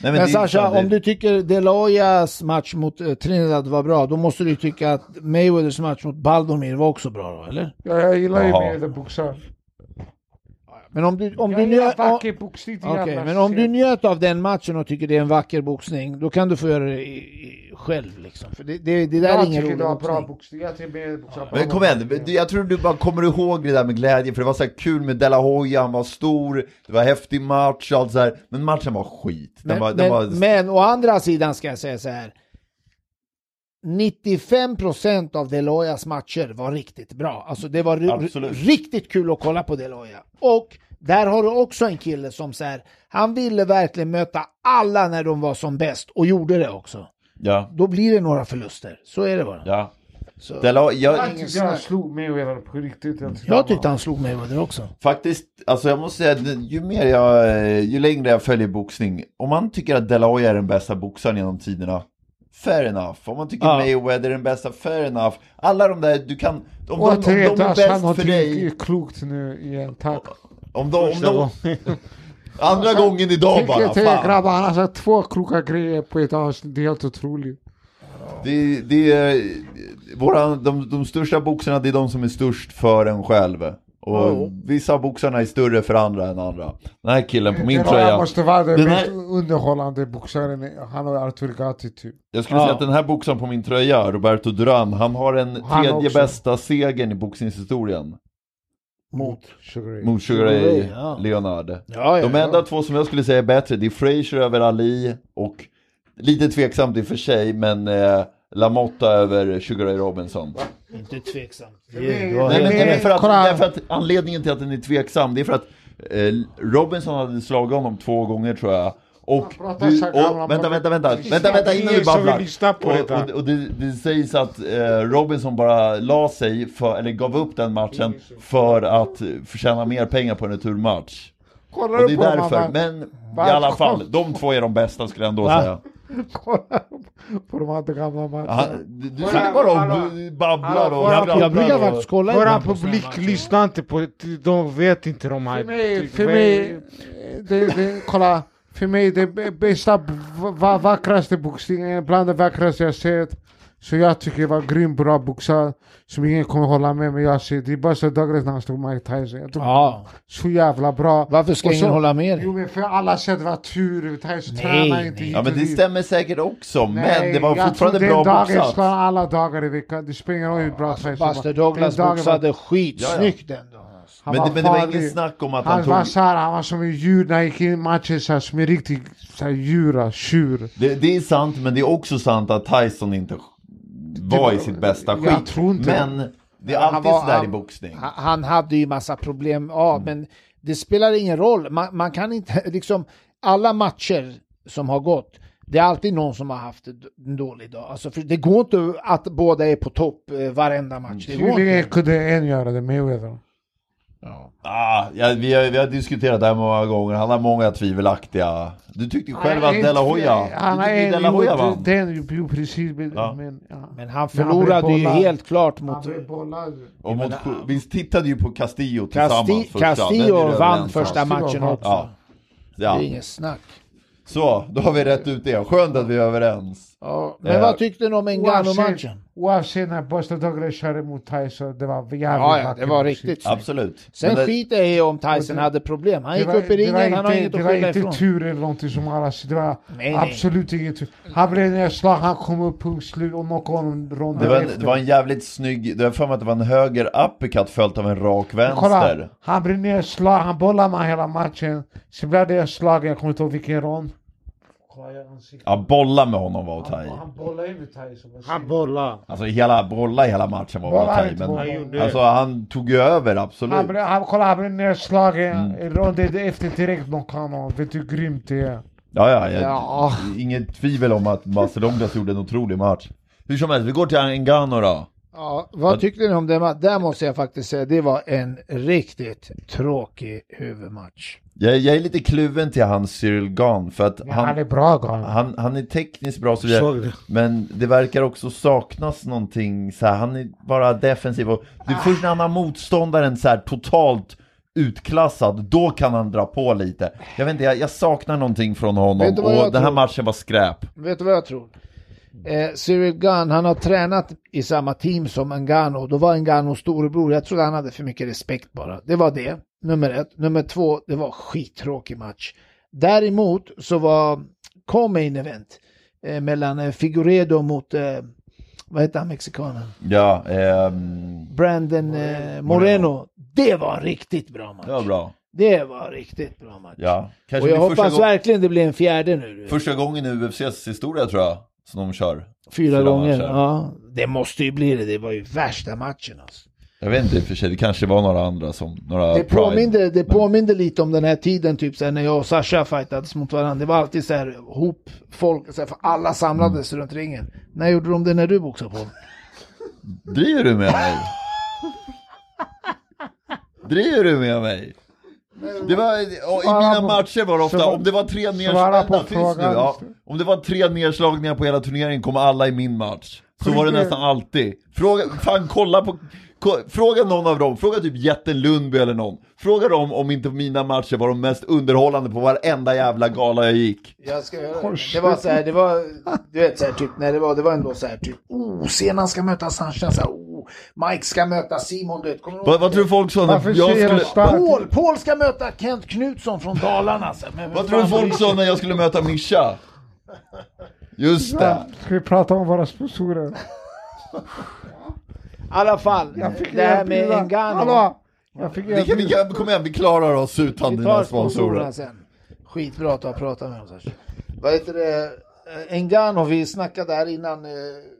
Speaker 1: Nej,
Speaker 3: Men
Speaker 1: det är
Speaker 3: Sasha,
Speaker 1: inte-
Speaker 3: om du tycker Deloyas match mot eh, Trinidad var bra, då måste du tycka att Mayweathers match mot Baldomir var också bra då, eller?
Speaker 2: Ja, jag gillar ju
Speaker 1: Jaha.
Speaker 2: mer den boxaren.
Speaker 3: Men om du, om
Speaker 2: Jag
Speaker 3: du
Speaker 2: gillar
Speaker 3: njöt,
Speaker 2: vacker boxning. det är
Speaker 3: Okej,
Speaker 2: jävla
Speaker 3: men om du
Speaker 2: shit.
Speaker 3: njöt av den matchen och tycker det är en vacker boxning, då kan du få göra det i, i, själv liksom. För det, det, det där är
Speaker 2: Jag
Speaker 3: ingen
Speaker 2: tycker
Speaker 3: rolig
Speaker 2: det var bra
Speaker 3: boxning.
Speaker 2: boxning. Jag tycker mer boxare.
Speaker 1: Men kom igen, du- jag tror du bara kommer ihåg det där med glädje, för det var så här kul med De La Hoya, han var stor, det var häftig match, allt så här. Men matchen var skit. Den
Speaker 3: Men,
Speaker 1: var,
Speaker 3: men,
Speaker 1: den var...
Speaker 3: men å andra sidan ska jag säga så här. 95% av Deloyas matcher var riktigt bra. Alltså det var ri-
Speaker 1: Absolut.
Speaker 3: riktigt kul att kolla på Deloya. Och där har du också en kille som så här, han ville verkligen möta alla när de var som bäst och gjorde det också.
Speaker 1: Ja,
Speaker 3: Då blir det några förluster, så är det bara.
Speaker 1: ja.
Speaker 3: Så.
Speaker 1: De La... jag,
Speaker 2: Jag
Speaker 3: Ingen
Speaker 2: tycker han
Speaker 3: snack.
Speaker 2: slog Mayweather på riktigt. Jag tycker
Speaker 3: Jag tyckte han slog mig under också.
Speaker 1: Faktiskt, alltså jag måste säga, att ju mer jag, eh, ju längre jag följer boxning, om man tycker att De La Hoya är den bästa boxaren genom tiderna, fair enough. Om man tycker
Speaker 3: Ja.
Speaker 1: Mayweather är den bästa, fair enough. Alla de där, du kan, om de, om de
Speaker 2: Återigen,
Speaker 1: är
Speaker 2: Dash, alltså, han har
Speaker 1: bäst för dig,
Speaker 2: tänkt klokt nu igen. Tack.
Speaker 1: om de, om
Speaker 4: Första
Speaker 1: de,
Speaker 4: gången.
Speaker 1: andra gången idag
Speaker 2: Tänk er
Speaker 1: bara,
Speaker 2: till er
Speaker 1: fan.
Speaker 2: grabbar, han har sagt två kloka grejer på ett avsnitt. Det är helt otroligt.
Speaker 1: Det, det är, våra, de, de största boxarna, det är de som är störst för en själv. Och
Speaker 3: Ja.
Speaker 1: vissa av boxarna är större för andra än andra. Den här killen på min
Speaker 2: Den här
Speaker 1: tröja.
Speaker 2: måste vara den,
Speaker 1: Den
Speaker 2: mest
Speaker 1: här-
Speaker 2: underhållande boxaren. Han har Artur Gatti typ.
Speaker 1: Jag skulle
Speaker 3: Ja.
Speaker 1: säga att den här boxaren på min tröja, Roberto Duran, han har den
Speaker 2: Han
Speaker 1: tredje
Speaker 2: också.
Speaker 1: bästa segern i boxningshistorien.
Speaker 3: Mot.
Speaker 2: Sugar Ray.
Speaker 1: Mot Sugar Ray
Speaker 3: Ja.
Speaker 1: Leonard.
Speaker 3: Ja,
Speaker 1: De enda två som jag skulle säga är bättre, det är Frazier över Ali och lite tveksamt i och för sig, men eh, Lamotta över Sugar Ray Robinson.
Speaker 3: Inte tveksam.
Speaker 2: är-
Speaker 3: Du har
Speaker 1: Nej, men,
Speaker 3: helt
Speaker 1: nej, men
Speaker 3: rätt.
Speaker 1: för att,
Speaker 2: kolla.
Speaker 1: därför att anledningen till att den är tveksam, det är för att eh, Robinson hade slagit honom två gånger tror jag. Och,
Speaker 2: Han pratar
Speaker 1: du,
Speaker 2: så här gamla
Speaker 1: och vänta, vänta, vänta, vänta, vänta innan
Speaker 4: Ingen
Speaker 1: du
Speaker 4: som
Speaker 2: liksom
Speaker 4: vill
Speaker 1: babblar.
Speaker 4: lyssna på
Speaker 1: Och,
Speaker 4: detta.
Speaker 1: och, och det, det sägs att eh, Robinson bara la sig, för, eller gav upp den matchen för att eh, förtjäna mer pengar på en returmatch.
Speaker 2: Kollar
Speaker 1: Och det
Speaker 2: du
Speaker 1: är
Speaker 2: på honom?
Speaker 1: därför,
Speaker 2: han- <laughs>
Speaker 1: men i alla fall, de två är de bästa skulle jag ändå
Speaker 3: Va?
Speaker 1: säga.
Speaker 2: Kollar du på de här gamla
Speaker 1: Ja,
Speaker 2: matcherna?
Speaker 1: du du sitter bara och b- babblar och
Speaker 2: Jag-
Speaker 3: Jag brukar
Speaker 1: skrattar och-
Speaker 3: faktiskt kolla
Speaker 4: Våran
Speaker 3: ibland på såna
Speaker 4: publik
Speaker 3: matcher.
Speaker 4: lyssnar inte på De vet inte de här...
Speaker 2: För mig, för mig, det, det, kolla. För mig det b- bästa, b- va, vackraste boxningen, bland det vackraste jag sett. Så jag tycker det var grym bra boxad, som ingen kommer hålla med men jag ser. Det är bara så Douglas när han slog Mike Tyson. Jag tror
Speaker 3: Ja,
Speaker 2: så jävla bra.
Speaker 3: varför ska
Speaker 2: Och så-
Speaker 3: ingen hålla med dig?
Speaker 2: Jo men för alla sätt var tur, Tyson
Speaker 3: Nej,
Speaker 2: tränar
Speaker 3: nej.
Speaker 2: inte hit
Speaker 1: Ja
Speaker 2: och
Speaker 1: men det
Speaker 2: dit.
Speaker 1: stämmer säkert också, men
Speaker 2: Nej,
Speaker 1: det var
Speaker 2: jag
Speaker 1: fortfarande
Speaker 2: tror den
Speaker 1: bra
Speaker 2: dagen
Speaker 1: boxat.
Speaker 2: slår alla dagar i veckan. Det spelar ingen roll hur
Speaker 3: Alltså,
Speaker 2: bra Tyson var.
Speaker 3: Buster Douglas
Speaker 2: Den dagen var-
Speaker 3: boxade skitsnyggt ändå.
Speaker 2: han
Speaker 1: Men det, men det var
Speaker 2: farlig.
Speaker 1: inget snack om att han
Speaker 2: Han var
Speaker 1: tog...
Speaker 2: såhär, han var som en djur när han gick in i matchen såhär, som en riktig såhär djura, ah, tjur.
Speaker 1: Det, det är sant, men det är också sant att Tyson inte var i sitt bästa skick.
Speaker 2: Jag tror inte det.
Speaker 1: Men det är
Speaker 3: Han
Speaker 1: alltid
Speaker 3: var-
Speaker 1: sådär
Speaker 3: han-
Speaker 1: i boxning.
Speaker 3: Han, han hade ju massa problem, ja
Speaker 2: Mm.
Speaker 3: men det spelar ingen roll. Man, man kan inte, <laughs> liksom, alla matcher som har gått, det är alltid någon som har haft en dålig dag. Alltså, för det går inte att båda är på topp eh, varenda match. Det går
Speaker 2: Tydligen
Speaker 3: inte.
Speaker 2: kunde en göra det, Mayweather.
Speaker 1: Ah, ja, vi, har, vi har diskuterat det här många gånger, han har många tvivelaktiga... Du tyckte ju själv att De La Hoya...
Speaker 2: Han
Speaker 1: Du
Speaker 2: är
Speaker 1: tyckte
Speaker 2: en
Speaker 1: De La Hoya
Speaker 2: emot
Speaker 1: vann.
Speaker 2: den, jo precis. Men,
Speaker 1: Ja.
Speaker 2: men, ja.
Speaker 3: Men han
Speaker 2: blev
Speaker 3: förlorade ju
Speaker 2: bollad.
Speaker 3: helt klart
Speaker 2: Han
Speaker 3: mot...
Speaker 2: blev bollad.
Speaker 1: Och mot, vi tittade ju på Castillo tillsammans
Speaker 3: Casti-
Speaker 1: första. Den är
Speaker 3: Castillo
Speaker 1: du
Speaker 3: vann
Speaker 1: överens om.
Speaker 3: första
Speaker 2: Castillo
Speaker 3: matchen
Speaker 2: vann.
Speaker 3: också.
Speaker 1: Ja.
Speaker 3: Det
Speaker 1: Ja.
Speaker 3: är inget snack.
Speaker 1: Så, då har vi rätt ut det. Skönt att vi är överens.
Speaker 3: Ja. Men
Speaker 1: Eh,
Speaker 3: vad tyckte ni om
Speaker 2: Oavsett,
Speaker 3: Ngannou-matchen?
Speaker 2: oavsett när Buster Douglas körde mot Tyson, det var jävligt
Speaker 3: Ja, ja,
Speaker 2: vacker
Speaker 3: det var
Speaker 2: musik.
Speaker 3: riktigt snyggt.
Speaker 1: Absolut.
Speaker 3: Sen
Speaker 1: Men det-
Speaker 3: skiter jag i om Tyson
Speaker 2: det-
Speaker 3: hade problem. Han
Speaker 2: Det
Speaker 3: gick
Speaker 2: var-
Speaker 3: upp i
Speaker 2: det var
Speaker 3: ringen, han har
Speaker 2: inte-
Speaker 3: inget att
Speaker 2: Det
Speaker 3: skylla
Speaker 2: var inte
Speaker 3: ifrån.
Speaker 2: tur eller någonting som alla Det var
Speaker 3: Nej, nej.
Speaker 2: absolut ingen tur. Han blev nedslagen, han kom upp, punkt slut och knockade honom
Speaker 1: Det
Speaker 2: ronden
Speaker 1: var, en, det var en jävligt snygg, det var för mig att det var en höger uppercut följt av en rak vänster.
Speaker 2: Kolla, han blev nedslagen, han bollade med hela matchen. Sen blev det slag, jag kommer inte ihåg vilken rond. Kolla i ansiktet.
Speaker 1: Ja, bolla med honom var att ta i.
Speaker 2: Han bollade in i Tyson.
Speaker 4: Han bollar.
Speaker 1: Alltså hela, bolla i hela matchen var att ta i.
Speaker 4: Han
Speaker 1: Men,
Speaker 4: gjorde-
Speaker 1: alltså han tog ju över, absolut.
Speaker 2: Han blev, han, kolla, han blev nedslagen,
Speaker 1: Mm.
Speaker 2: ronden efter direkt knockade han honom. Vet du hur grymt det är?
Speaker 1: Ja, ja, jag,
Speaker 2: Ja.
Speaker 1: Inget tvivel om att Master Douglas gjorde en otrolig match. Hur som helst, vi går till Ngannou då.
Speaker 3: Ja, vad tyckte ni om den matchen? Där måste jag faktiskt säga, det var en riktigt tråkig huvudmatch.
Speaker 1: Jag, jag är lite kluven till han Cyril Gahn för att
Speaker 2: Han,
Speaker 1: han,
Speaker 2: är bra Gahn.
Speaker 1: han, han är tekniskt bra och så vidare.
Speaker 4: Såg det.
Speaker 1: Men det verkar också saknas någonting så här, han är bara defensiv och det är först när han har motståndaren så här totalt utklassad, då kan han dra på lite. Jag vet inte, jag, jag saknar någonting från honom
Speaker 3: Vet du
Speaker 1: och
Speaker 3: vad jag
Speaker 1: den här
Speaker 3: tror?
Speaker 1: matchen var skräp.
Speaker 3: Vet du vad jag tror? Eh, Cyril Gunn, han har tränat i samma team som Ngannou. Då var Ngannou storebror. Jag trodde han hade för mycket respekt bara. Det var det, nummer ett. Nummer två, det var skittråkig match. Däremot så var, kom main event eh, mellan eh, Figueredo mot, eh, vad heter han mexikanen?
Speaker 1: Ja, ehm,
Speaker 3: Brandon eh, Moreno. Det var en riktigt bra match.
Speaker 1: det var bra.
Speaker 3: Det var riktigt bra match.
Speaker 1: Ja,
Speaker 3: Och
Speaker 1: kanske
Speaker 3: jag
Speaker 1: det är första,
Speaker 3: hoppas
Speaker 1: gång,
Speaker 3: verkligen det blir en fjärde nu. du vet.
Speaker 1: första gången i UFCs historia tror jag, som de kör.
Speaker 3: Fyra,
Speaker 1: Fyra
Speaker 3: gånger.
Speaker 1: matcher.
Speaker 3: Ja. Det måste ju bli det. Det var ju värsta matchen. Alltså.
Speaker 1: Jag vet inte i och för sig, det kanske var några andra som, några
Speaker 3: det
Speaker 1: Pride.
Speaker 3: påminde, det påminde lite om den här tiden typ så här, när jag och Sasha fightades mot varandra. Det var alltid så här hop folk, så här, för alla samlades runt ringen. När gjorde de det när du boxade på?
Speaker 1: Driver du med mig? Driver du med mig? Det var, och I
Speaker 2: Svara
Speaker 1: mina
Speaker 2: på-
Speaker 1: matcher var det ofta,
Speaker 2: svara-
Speaker 1: om det var tre
Speaker 2: svara på
Speaker 1: nedslagningar, tyst nu,
Speaker 2: frågan.
Speaker 1: ja, om det var tre nedslagningar på hela turneringen kom alla i min match. Så var det
Speaker 2: Skit i-
Speaker 1: nästan alltid. Fråga, fan kolla på, ko, fråga någon av dem, fråga typ jätten Lundby eller någon. Fråga dem om inte mina matcher var de mest underhållande på varenda jävla gala jag gick.
Speaker 3: Jag ska göra det. Det var så här, det var, du vet så här typ, när det var, det var ändå så här typ, oh, Senan ska möta Sasha, så här, oh, Mike ska möta Simon, du vet. Kommer du ihåg
Speaker 1: Vad, vad tror du folk sa?
Speaker 2: Varför
Speaker 1: när Jag
Speaker 2: ser de
Speaker 1: skulle,
Speaker 2: starkt?
Speaker 3: Paul, Paul ska möta Kent Knutsson från Dalarna. Så här, men
Speaker 1: vad tror du
Speaker 3: fan bryr
Speaker 1: folk
Speaker 3: sig?
Speaker 1: sa när jag skulle möta Mischa? Just det.
Speaker 2: Ska vi prata om våra sponsorer?
Speaker 3: I alla fall, det här med Ngannou.
Speaker 2: Hallå! Jag fick
Speaker 1: Vi kan, vi kan, kom igen, vi klarar oss utan
Speaker 3: Vi tar
Speaker 1: dina
Speaker 3: sponsorerna
Speaker 1: sponsorer.
Speaker 3: sen. Skitbra att du har pratat med dem. Sasha. Vad heter det? Eh, Ngannou, vi snackade här innan eh,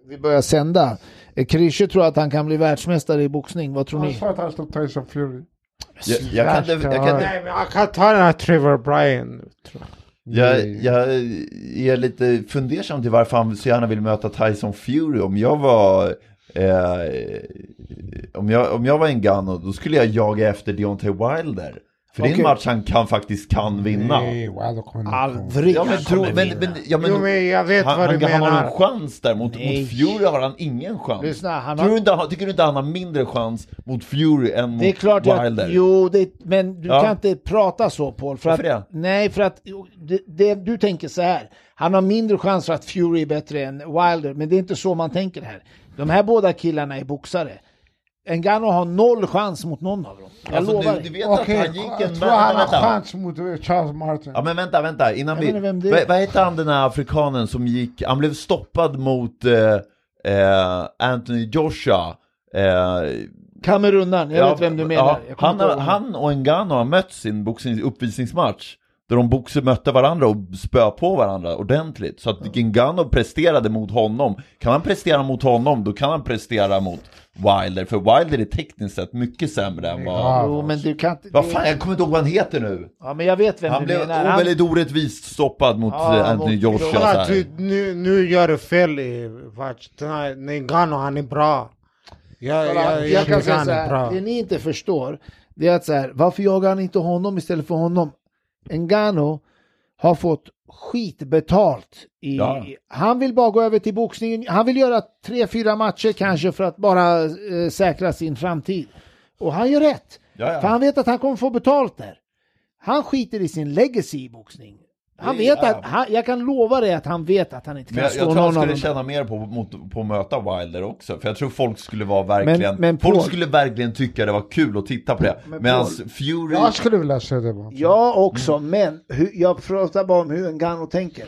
Speaker 3: vi började sända. Eh, Krische tror att han kan bli världsmästare i boxning. Vad tror
Speaker 2: Han
Speaker 3: ni?
Speaker 2: sa att han slog Tyson Fury.
Speaker 1: Jag, jag, kan, inte- jag, kan, inte-
Speaker 2: Nej, men jag kan ta den här Trevor Bryan. tror jag.
Speaker 1: jag, jag är lite fundersam till varför han så gärna vill möta Tyson Fury. Om jag var, eh, om jag, om jag var en Gano, då skulle jag jaga efter Deontay Wilder. För det är en
Speaker 3: Okej.
Speaker 1: match han kan, faktiskt kan vinna.
Speaker 2: Nej, Wilder kommer inte komma.
Speaker 3: Aldrig
Speaker 1: Ja men,
Speaker 3: han
Speaker 1: tro,
Speaker 3: kommer
Speaker 1: men,
Speaker 3: vinna.
Speaker 1: men, ja, men
Speaker 2: Jo, men jag vet
Speaker 1: han,
Speaker 2: vad
Speaker 1: han
Speaker 2: du
Speaker 1: han har
Speaker 2: menar.
Speaker 1: en chans där. Mot,
Speaker 3: Nej.
Speaker 1: mot Fury har han ingen chans.
Speaker 3: Lyssna, han
Speaker 1: Tror du
Speaker 3: har...
Speaker 1: inte, han- tycker du inte han har mindre chans mot Fury än mot
Speaker 3: Det är klart
Speaker 1: Wilder?
Speaker 3: jag, jo, det, men du
Speaker 1: Ja.
Speaker 3: kan inte prata så Paul. För att,
Speaker 1: Varför
Speaker 3: Nej, för att jo, det, det, du tänker så här. Han har mindre chans för att Fury är bättre än Wilder, men det är inte så man tänker här. De här båda killarna är boxare. Ngannou har noll chans mot någon av dem. Jag
Speaker 1: Alltså,
Speaker 3: lovar
Speaker 1: nu,
Speaker 3: dig.
Speaker 1: du vet
Speaker 2: Okej,
Speaker 1: att han gick
Speaker 2: jag
Speaker 1: en...
Speaker 2: tror han har
Speaker 1: vänta.
Speaker 2: chans mot eh, Charles Martin.
Speaker 1: Ja men vänta, vänta, innan
Speaker 3: Jag
Speaker 1: vi...
Speaker 3: menar, vem det är?
Speaker 1: Vad- Vad hette han den här afrikanen som gick, han blev stoppad mot eh, eh, Anthony Joshua. Eh,
Speaker 3: Kamerunnan, jag
Speaker 1: ja,
Speaker 3: vet vem du menar.
Speaker 1: ja,
Speaker 3: jag
Speaker 1: han,
Speaker 3: kommer inte ihåg
Speaker 1: har-
Speaker 3: honom.
Speaker 1: han och Ngannou har mötts i en boxning, uppvisningsmatch. Där de boxer mötte varandra och spö på varandra ordentligt. Så att Ngannou presterade mot honom. Kan han prestera mot honom, då kan han prestera mot Wilder. För Wilder är tekniskt sett mycket sämre än vad...
Speaker 2: Ja.
Speaker 3: Jo, men du kan inte...
Speaker 1: Vad
Speaker 3: det-
Speaker 1: fan, jag kommer inte ihåg vad han heter nu.
Speaker 3: Ja, men jag vet vem
Speaker 1: Han
Speaker 3: du
Speaker 1: blev
Speaker 3: menar.
Speaker 1: o- väldigt orättvist stoppad mot
Speaker 3: Ja,
Speaker 1: eh, Anthony
Speaker 3: mot-
Speaker 1: Joshua.
Speaker 4: Kolla,
Speaker 1: så här.
Speaker 4: du, nu, nu gör du fel i match. Den här Ngannou, han är bra. Jag,
Speaker 3: Kolla,
Speaker 4: jag,
Speaker 3: jag, kan
Speaker 4: jag tycker
Speaker 3: säga
Speaker 4: han
Speaker 3: så
Speaker 4: är
Speaker 3: här,
Speaker 4: bra.
Speaker 3: det ni inte förstår, det är att så här, varför jagar han inte honom istället för honom? Ngannou har fått skitbetalt. I,
Speaker 1: Ja.
Speaker 3: Han vill bara gå över till boxningen. Han vill göra tre, fyra matcher kanske för att bara eh, säkra sin framtid. Och han gör rätt.
Speaker 1: Ja, ja.
Speaker 3: För han vet att han kommer få betalt där. Han skiter i sin legacy i boxning. Han
Speaker 1: Det-
Speaker 3: vet
Speaker 1: ja.
Speaker 3: att, han, jag kan lova dig att han vet att han inte
Speaker 1: Men
Speaker 3: kan
Speaker 1: jag,
Speaker 3: slå
Speaker 1: jag tror
Speaker 3: någon
Speaker 1: han
Speaker 3: av
Speaker 1: skulle
Speaker 3: dem.
Speaker 1: tjäna mer på, mot, på att möta Wilder också, för jag tror folk skulle vara verkligen,
Speaker 3: Men- men
Speaker 1: folk
Speaker 3: Paul-
Speaker 1: skulle verkligen tycka det var kul att titta på det.
Speaker 3: Men
Speaker 1: Medan
Speaker 3: Paul-
Speaker 1: Fury,
Speaker 2: Jag skulle vilja se det. bara.
Speaker 3: Jag också, men hur, jag pratar bara om hur Ngannou tänker.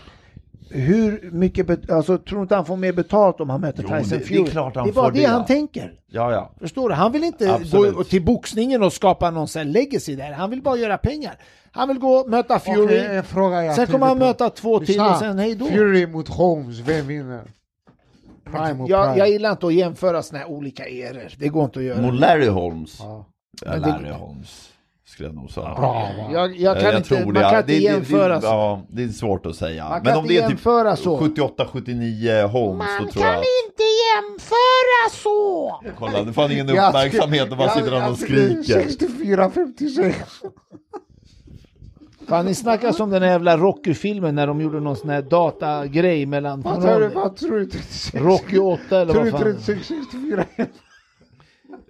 Speaker 3: Hur mycket, bet- alltså tror inte han får mer betalt om han möter
Speaker 1: Jo,
Speaker 3: Tyson
Speaker 1: det- det är
Speaker 3: Fury?
Speaker 1: klart han
Speaker 3: det är bara
Speaker 1: får
Speaker 3: det,
Speaker 1: det,
Speaker 3: han
Speaker 1: ja.
Speaker 3: tänker.
Speaker 1: ja ja.
Speaker 3: Förstår du? Han vill inte
Speaker 1: Absolut.
Speaker 3: gå till boxningen och skapa någon sån här legacy där. Han vill bara göra pengar. Han vill gå och möta Fury.
Speaker 2: Okej, en fråga jag
Speaker 3: sen
Speaker 2: tänker
Speaker 3: kommer han
Speaker 2: på.
Speaker 3: möta två till
Speaker 2: Lyssna,
Speaker 3: och sen hej då.
Speaker 2: Fury mot Holmes, vem vinner? Prime mot
Speaker 3: Jag, jag
Speaker 2: Prime.
Speaker 3: gillar inte att jämföra såna här olika eror. Det går inte att göra.
Speaker 1: Mot Larry Holmes,
Speaker 2: Ja.
Speaker 1: ja,
Speaker 3: Men det-
Speaker 1: Larry Holmes skulle jag nog säga. Eh,
Speaker 2: Bra va?
Speaker 3: Jag, jag kan
Speaker 1: Jag
Speaker 3: inte,
Speaker 1: tror
Speaker 3: man
Speaker 1: det.
Speaker 3: kan
Speaker 1: Ja,
Speaker 3: inte
Speaker 1: det- det-
Speaker 3: jämföra
Speaker 1: det,
Speaker 3: så.
Speaker 1: Ja, det är svårt att säga.
Speaker 3: Man kan
Speaker 1: Men om
Speaker 3: inte
Speaker 1: det är typ
Speaker 3: jämföra så.
Speaker 1: 78-79 Holmes, då tror jag att...
Speaker 3: inte jämföra så!
Speaker 1: Kolla, det fanns
Speaker 3: <laughs>
Speaker 1: ingen
Speaker 2: Jag skri-
Speaker 1: uppmärksamhet, det bara
Speaker 2: jag-
Speaker 1: sitter han
Speaker 2: jag
Speaker 1: och
Speaker 2: skrev
Speaker 1: skriker.
Speaker 2: 64, 56.
Speaker 3: Fan, ni snackar som den här jävla Rocky-filmen när de gjorde någon sån här datagrej mellan...
Speaker 2: Vad tror du? Vad tror du? 36?
Speaker 3: Rocky 8 eller
Speaker 2: Tror
Speaker 3: vad
Speaker 2: du
Speaker 3: fan.
Speaker 2: 36, 64?
Speaker 1: Det är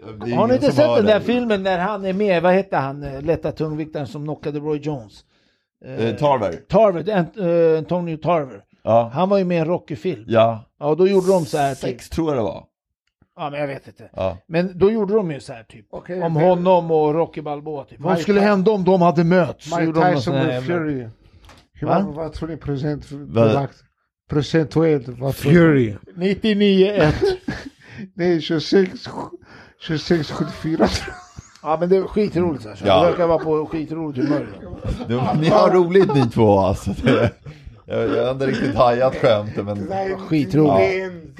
Speaker 3: Har ni
Speaker 1: ingen
Speaker 3: inte
Speaker 1: som
Speaker 3: sett
Speaker 1: hör
Speaker 3: den
Speaker 1: dig.
Speaker 3: där filmen när han är med, vad hette han, eh, lätta tungviktaren som knockade Roy Jones?
Speaker 1: Eh, Tarver?
Speaker 3: Tarver, Ant- eh, Antonio Tarver.
Speaker 1: Ja.
Speaker 3: Han var ju med i en Rocky-film.
Speaker 1: Ja.
Speaker 3: Ja, då gjorde de så här typ.
Speaker 1: Sex tror jag det var.
Speaker 3: Ja, men jag vet inte.
Speaker 1: Ja.
Speaker 3: Men då gjorde de ju så här typ.
Speaker 2: Okej,
Speaker 3: om
Speaker 2: men-
Speaker 3: honom och Rocky Balboa typ. Vad
Speaker 2: Mike
Speaker 3: skulle
Speaker 2: Ty-
Speaker 3: hända om de hade mötts? Så
Speaker 2: Mike
Speaker 3: gjorde de någon
Speaker 2: Tyson
Speaker 3: sån här
Speaker 2: och
Speaker 3: jävla-
Speaker 2: Fury. Hur
Speaker 3: Va?
Speaker 2: många- Vad tror ni procent
Speaker 1: Va?
Speaker 2: belagt? Procentuellt? Vad tror ni?
Speaker 4: Fury.
Speaker 3: 99-1.
Speaker 2: Nej, 26, 26, 74. <laughs>
Speaker 3: ja, men det är skitroligt Sasha.
Speaker 1: Ja.
Speaker 3: Det verkar vara på skitroligt humör.
Speaker 1: Det var- Ni har roligt ni två alltså. Det, jag, jag har inte riktigt hajat skämtet men...
Speaker 3: Skitroligt.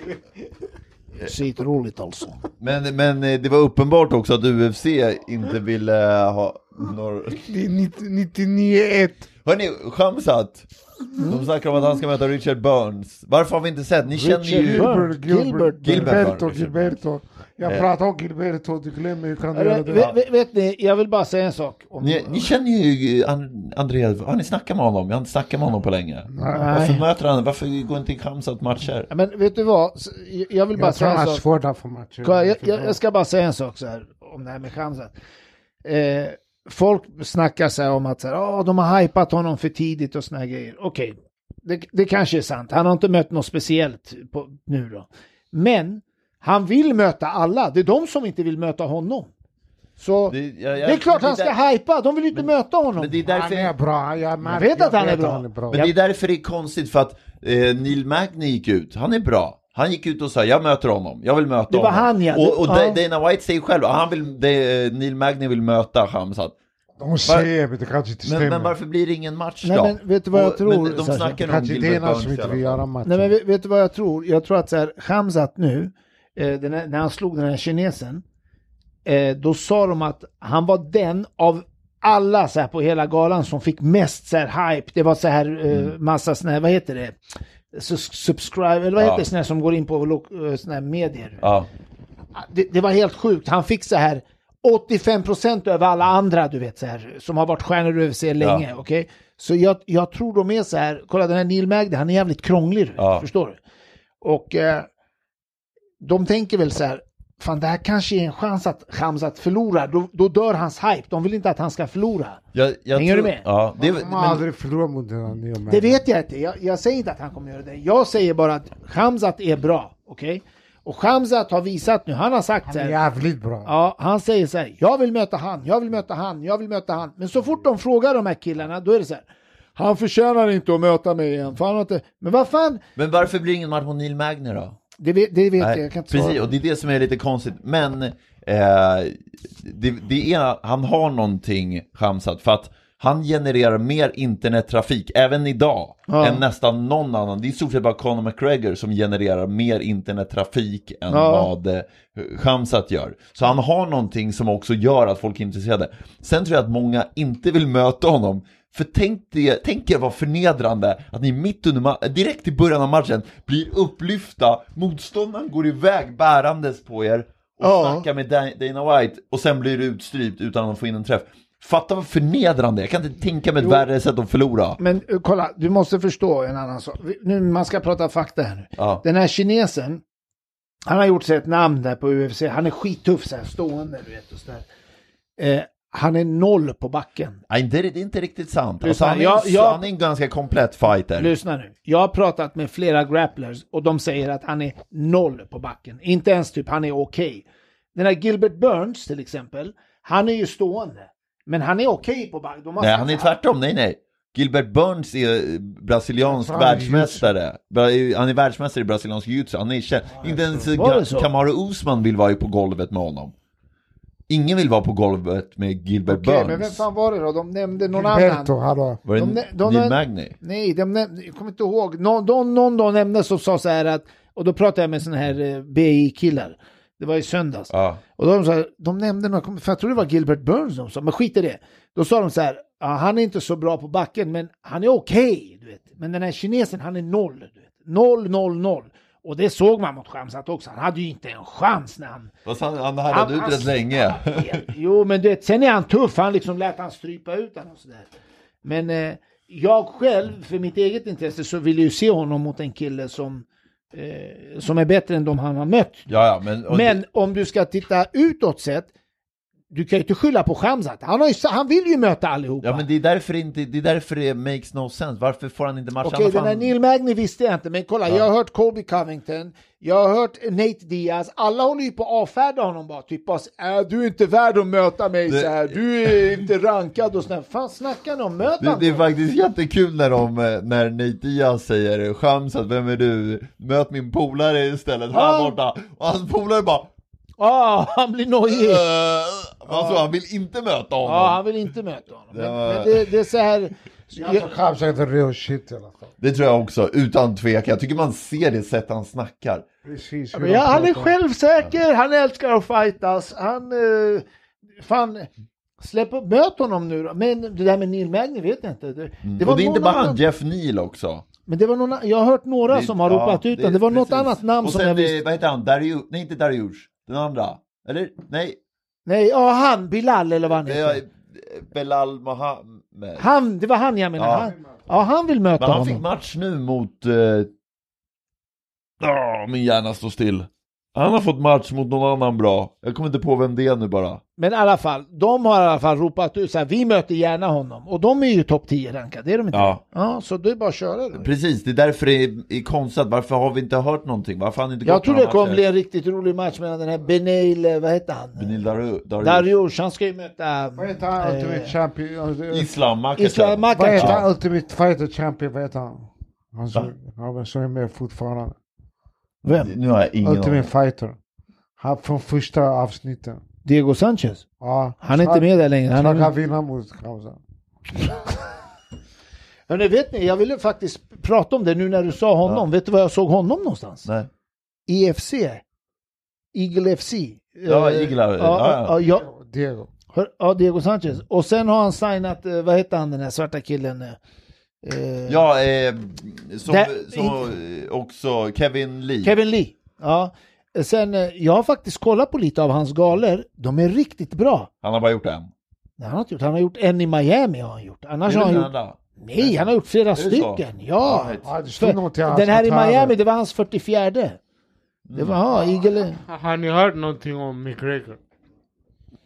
Speaker 2: Ja.
Speaker 3: Skitroligt alltså.
Speaker 1: Men, men eh, det var uppenbart också att UFC inte ville eh, ha några...
Speaker 2: Det är 99-1.
Speaker 1: Hörni, Shamsat. De snackar om att han ska möta Richard Burns. Varför har vi inte sett? Ni känner ju...
Speaker 3: Burns.
Speaker 2: Gilbert, Gilbert,
Speaker 3: Gilbert.
Speaker 2: Gilberto,
Speaker 1: Gilbert.
Speaker 2: Gilberto. Jag
Speaker 1: Eh.
Speaker 2: pratar om Gilberto, du glömmer hur kan du göra
Speaker 3: Vet,
Speaker 2: det?
Speaker 3: vet, vet ni, jag vill bara säga en sak. Om,
Speaker 1: Ni, ni känner ju eh, An- Andreas, har ni snackat med honom? Jag har inte snackat med honom på länge. Varför
Speaker 3: nej.
Speaker 1: möter han, varför går inte Khamzat matcher?
Speaker 3: Ja, Men vet du vad? Så, jag- Jag vill bara
Speaker 2: Jag tror
Speaker 3: säga
Speaker 2: han
Speaker 3: en
Speaker 2: har
Speaker 3: sak.
Speaker 2: svårt att få matcher.
Speaker 3: Kolla, jag, jag, jag ska bara säga en sak så här om det här med chansen. Eh, folk snackar så här om att så här, "Ah, de har hypat honom för tidigt och såna här grejer. Okej, det, det kanske är sant. Han har inte mött något speciellt på, nu då. Men han vill möta alla. Det är de som inte vill möta honom. Så det,
Speaker 1: jag- jag-
Speaker 3: är klart han
Speaker 1: det
Speaker 3: ska
Speaker 1: är där-
Speaker 3: hypa. De vill ju inte möta honom.
Speaker 1: Men det är
Speaker 2: Han
Speaker 1: därför...
Speaker 2: är bra, jag, märker-
Speaker 3: vet att
Speaker 2: jag
Speaker 3: han är bra.
Speaker 1: Men
Speaker 3: Ja.
Speaker 1: det är därför det är konstigt för att eh, Neil Magny gick ut, han är bra. Han gick ut och sa jag möter honom, jag vill möta
Speaker 3: Det var
Speaker 1: honom.
Speaker 3: han, ja.
Speaker 1: Och, och
Speaker 3: Ja.
Speaker 1: Da- Dana White säger själv, han vill, det, eh, Neil Magny vill möta Hamzat.
Speaker 2: De säger men det kanske inte
Speaker 1: Men,
Speaker 2: stämmer.
Speaker 1: men varför blir det ingen match
Speaker 3: Nej,
Speaker 1: då?
Speaker 3: men vet du vad jag tror,
Speaker 1: Men de
Speaker 3: Sasha?
Speaker 1: snackar om
Speaker 2: kanske det är
Speaker 1: Gilbert
Speaker 2: någon
Speaker 1: Burns
Speaker 2: som
Speaker 1: i
Speaker 2: inte
Speaker 1: alla
Speaker 2: vill
Speaker 1: fall.
Speaker 2: göra matchen.
Speaker 3: Nej men vet, vet du vad jag tror? Jag tror att så här, Hamzat nu, eh, den här, när han slog den här kinesen, eh, då sa de att han var den av alla så här på hela galan som fick mest så här hype. Det var så här eh,
Speaker 1: Mm.
Speaker 3: massa såna här, vad heter det? Sus- Subscribe, eller vad
Speaker 1: Ja.
Speaker 3: heter det, såna här som går in på lo- eh, såna här medier.
Speaker 1: Ja.
Speaker 3: Det, det var helt sjukt. Han fick så här 85% över alla andra, du vet, så här, som har varit stjärnor i UFC länge. Okej? Så jag, jag tror de är så här, kolla den här Neil Magde, han är jävligt krånglig, du vet,
Speaker 1: Ja.
Speaker 3: förstår du? Och eh, de tänker väl så här, fan det här kanske är en chans att Khamzat förlorar, då, då dör hans hype. De vill inte att han ska förlora.
Speaker 1: Jag, jag
Speaker 3: Hänger
Speaker 1: tror-
Speaker 3: du med?
Speaker 1: Ja, det,
Speaker 2: De
Speaker 1: men,
Speaker 2: har aldrig förlorat mot den här nya
Speaker 3: Det
Speaker 2: människan.
Speaker 3: vet jag inte. Jag, jag säger inte att han kommer göra det. Jag säger bara att Khamzat är bra, okej? Och Khamzat har visat nu, han har sagt
Speaker 2: Han
Speaker 3: så
Speaker 2: är
Speaker 3: här,
Speaker 2: jävligt bra.
Speaker 3: Ja, han säger så här, jag vill möta han, jag vill möta han, jag vill möta han. Men så fort de frågar de här killarna, då är det så här, han förtjänar inte att möta mig igen, för han har inte... Men vad fan,
Speaker 1: men varför blir det ingen match mot Neil Magny då?
Speaker 3: det vet, det vet jag,
Speaker 1: Nej,
Speaker 3: jag kan inte svara.
Speaker 1: precis, och det är det som är lite konstigt. Men eh, det, det är, han har någonting, Khamzat, för att han genererar mer internettrafik, även idag,
Speaker 3: Ja.
Speaker 1: än nästan någon annan. Det är i stort sett bara Conor McGregor som genererar mer internettrafik än
Speaker 3: Ja.
Speaker 1: vad eh, Khamzat gör. Så han har någonting som också gör att folk är intresserade. Sen tror jag att många inte vill möta honom. För tänk, det, tänk er vad förnedrande att ni mitt under ma- direkt i början av matchen blir upplyfta, motståndaren går iväg bärandes på er och
Speaker 3: Ja.
Speaker 1: snackar med Dan- Dana White och sen blir du utstrypt utan att få in en träff. Fatta vad förnedrande, jag kan inte tänka mig ett
Speaker 3: Jo.
Speaker 1: värre sätt att förlora.
Speaker 3: Men eh, kolla, du måste förstå en annan sak. Vi- Nu, man ska prata fakta här nu.
Speaker 1: Ja.
Speaker 3: Den här kinesen, han har gjort sig ett namn där på UFC. Han är skittuff så här, stående, du vet. Och så där. Eh, han är noll på backen.
Speaker 1: Nej, det, är- det är inte riktigt sant. Alltså,
Speaker 3: Lyssna,
Speaker 1: han, är,
Speaker 3: jag-
Speaker 1: en-
Speaker 3: jag-
Speaker 1: han är en ganska komplett fighter.
Speaker 3: Lyssna nu. Jag har pratat med flera grapplers och de säger att han är noll på backen. Inte ens typ han är okej. Den här Gilbert Burns till exempel, han är ju stående. Men han är okej på backen. De har
Speaker 1: Nej,
Speaker 3: sagt
Speaker 1: han är
Speaker 3: så här,
Speaker 1: tvärtom. Nej, nej. Gilbert Burns är eh, brasiliansk
Speaker 2: Fan,
Speaker 1: världsmästare. Bra- eh, Han är världsmästare i brasiliansk jiu-jitsu. Han är känd. Inte ens eh,
Speaker 3: Var det
Speaker 1: Ga-
Speaker 3: så?
Speaker 1: Kamaru Usman vill vara på golvet med honom. Ingen vill vara på golvet med Gilbert
Speaker 3: Okej, men vem
Speaker 1: Burns.
Speaker 3: fan var det då? De nämnde någon
Speaker 2: Gilberto,
Speaker 3: annan.
Speaker 2: hallå.
Speaker 1: Var det
Speaker 3: de-
Speaker 1: N-
Speaker 3: de-
Speaker 1: Neil Magny?
Speaker 3: Nej, de nämnde, jag kommer inte ihåg. Någon, någon, någon då nämnde som sa så här att, och då pratade jag med sådana här eh, BI-killar. Det var i söndags.
Speaker 1: Ja.
Speaker 3: Och då de, så här, de nämnde några, för jag tror det var Gilbert Burns de sa, men skit i det. Då sa de så här, ja, han är inte så bra på backen, men han är okej. du vet. men den här kinesen, han är noll. Du vet. Noll, noll, noll. Och det såg man mot Shamsat också. Han hade ju inte en chans när han...
Speaker 1: Fast han, han hade ut
Speaker 3: han-
Speaker 1: rätt länge.
Speaker 3: Jo, men det, sen är han tuff. Han liksom lät han strypa ut honom och sådär. Men eh, jag själv, för mitt eget intresse, så vill jag ju se honom mot en kille som, eh, som är bättre än de han har mött.
Speaker 1: Ja, ja, men... och
Speaker 3: Men om du ska titta utåt sett, du kan ju inte skylla på Shamsat. Han, har ju, han vill ju möta allihopa.
Speaker 1: Ja men det är därför inte, det är därför det makes no sense, varför får han inte matcha? Han
Speaker 3: Okej,
Speaker 1: har
Speaker 3: den där
Speaker 1: fan-
Speaker 3: Neil Magny visste jag inte, men kolla, jag har hört Kobe Covington, jag har hört Nate Diaz, alla håller ju på att avfärda honom bara, typ bara, äh, du är inte värd att möta mig
Speaker 1: Det-
Speaker 3: så här, du är inte rankad och sådär. Fan snackar ni om? Möt
Speaker 1: det, det är
Speaker 3: honom!
Speaker 1: faktiskt jättekul när de, eh, när Nate Diaz säger chans att vem är du, möt min polare istället här
Speaker 3: Ja.
Speaker 1: borta, och hans polare
Speaker 3: <laughs>
Speaker 1: bara
Speaker 3: Ah, han blir nojig!
Speaker 1: "Eh", alltså han vill inte möta
Speaker 3: Ja,
Speaker 1: honom.
Speaker 3: han vill inte möta honom.
Speaker 1: Det
Speaker 3: Men,
Speaker 1: var-
Speaker 3: men det, det är så här...
Speaker 2: Jag kanske inte real shit i alla fall.
Speaker 1: Det tror jag också, utan tvekan. Jag tycker man ser det sätt han snackar.
Speaker 2: Precis. hur
Speaker 3: Men ja,
Speaker 2: de
Speaker 3: han är
Speaker 2: pratar.
Speaker 3: självsäker, han älskar att fightas, han... Eh, fan, släpp upp, möt honom nu då. Men det där med Neil Magny vet jag inte. Det, Mm. det
Speaker 1: Mm. och det är inte
Speaker 3: någon
Speaker 1: bara
Speaker 3: annan-
Speaker 1: han, Jeff Neal också.
Speaker 3: Men det var någon, jag har hört några
Speaker 1: Det-
Speaker 3: som har
Speaker 1: ja,
Speaker 3: ropat ut den. Det var något
Speaker 1: precis.
Speaker 3: annat namn
Speaker 1: och
Speaker 3: som
Speaker 1: sen,
Speaker 3: jag
Speaker 1: eh,
Speaker 3: visste.
Speaker 1: Vad heter han? Darius? Nej, inte Darius. Den andra. Eller? Nej.
Speaker 3: Nej, ja han, Bilal eller vad han
Speaker 1: Det
Speaker 3: heter.
Speaker 1: är eh, Belal Mohammed. Men
Speaker 3: Han, det var han jag menar.
Speaker 1: Ja.
Speaker 3: Ja, han, ja, han vill möta
Speaker 1: han fick
Speaker 3: honom.
Speaker 1: match nu mot... Eh... ah, min hjärna står still. Han har fått match mot någon annan bra. Jag kommer inte på vem det är nu bara.
Speaker 3: Men i alla fall, de har i alla fall ropat ut så här, vi möter gärna honom. Och de är ju topp 10 rankade, är de inte?
Speaker 1: Ja.
Speaker 3: ja så det är bara att köra då.
Speaker 1: Precis, det är därför det är, är konstigt. Varför har vi inte hört någonting? Varför har han inte
Speaker 3: Jag
Speaker 1: gått
Speaker 3: tror
Speaker 1: några
Speaker 3: det kommer
Speaker 1: matcher?
Speaker 3: bli en riktigt rolig match mellan den här Benail, eh, vad heter han?
Speaker 1: Benil Daru- Dariush.
Speaker 3: Dariush, han ska ju möta...
Speaker 2: Vad heter han?
Speaker 3: Eh.
Speaker 2: Ultimate champion?
Speaker 1: Islam Makachev.
Speaker 3: Islam Makachev.
Speaker 2: Vad heter
Speaker 1: Ja.
Speaker 2: han? Ultimate fighter champion? Vad heter han? Han som ja, men som är med fortfarande.
Speaker 3: Vem?
Speaker 1: Nu har jag ingen
Speaker 2: Ultimate
Speaker 1: aning.
Speaker 2: fighter. Han från första avsnittet.
Speaker 3: Diego Sanchez?
Speaker 2: Ja.
Speaker 3: Han är inte med där längre.
Speaker 2: Han
Speaker 3: Han
Speaker 2: kan
Speaker 3: är...
Speaker 2: vinna mot Hamza.
Speaker 3: Hörrni, vet ni, jag ville faktiskt prata om det nu när du sa honom. Vet du var jag såg honom någonstans?
Speaker 1: Nej.
Speaker 3: EFC. Eagle FC.
Speaker 1: Ja,
Speaker 3: Eh,
Speaker 1: Eagle,
Speaker 3: ja,
Speaker 1: ja, ja.
Speaker 3: ja, ja,
Speaker 2: Diego.
Speaker 3: Hör- ja, Diego Sanchez. Och sen har han signat, eh, vad heter han den här svarta killen? eh, eh,
Speaker 1: Ja, eh, som,
Speaker 3: Det-
Speaker 1: som eh, också Kevin Lee.
Speaker 3: Kevin Lee. Ja. Eh, Sen, eh, jag har faktiskt kollat på lite av hans galor. De är riktigt bra.
Speaker 1: Han har bara gjort en.
Speaker 3: Nej, han, har inte gjort. han har gjort en i Miami har han gjort. Annars har han gjort...
Speaker 1: gjort...
Speaker 3: Nej, han har gjort flera
Speaker 1: det så?
Speaker 3: stycken. Ja.
Speaker 2: Ja, det
Speaker 3: För,
Speaker 2: stod något i hans
Speaker 3: den här i
Speaker 2: affärer.
Speaker 3: Miami, det var hans 44.
Speaker 1: Mm.
Speaker 3: Det var,
Speaker 1: Ah,
Speaker 3: ja, Eagle...
Speaker 4: Har ni hört någonting om McGregor?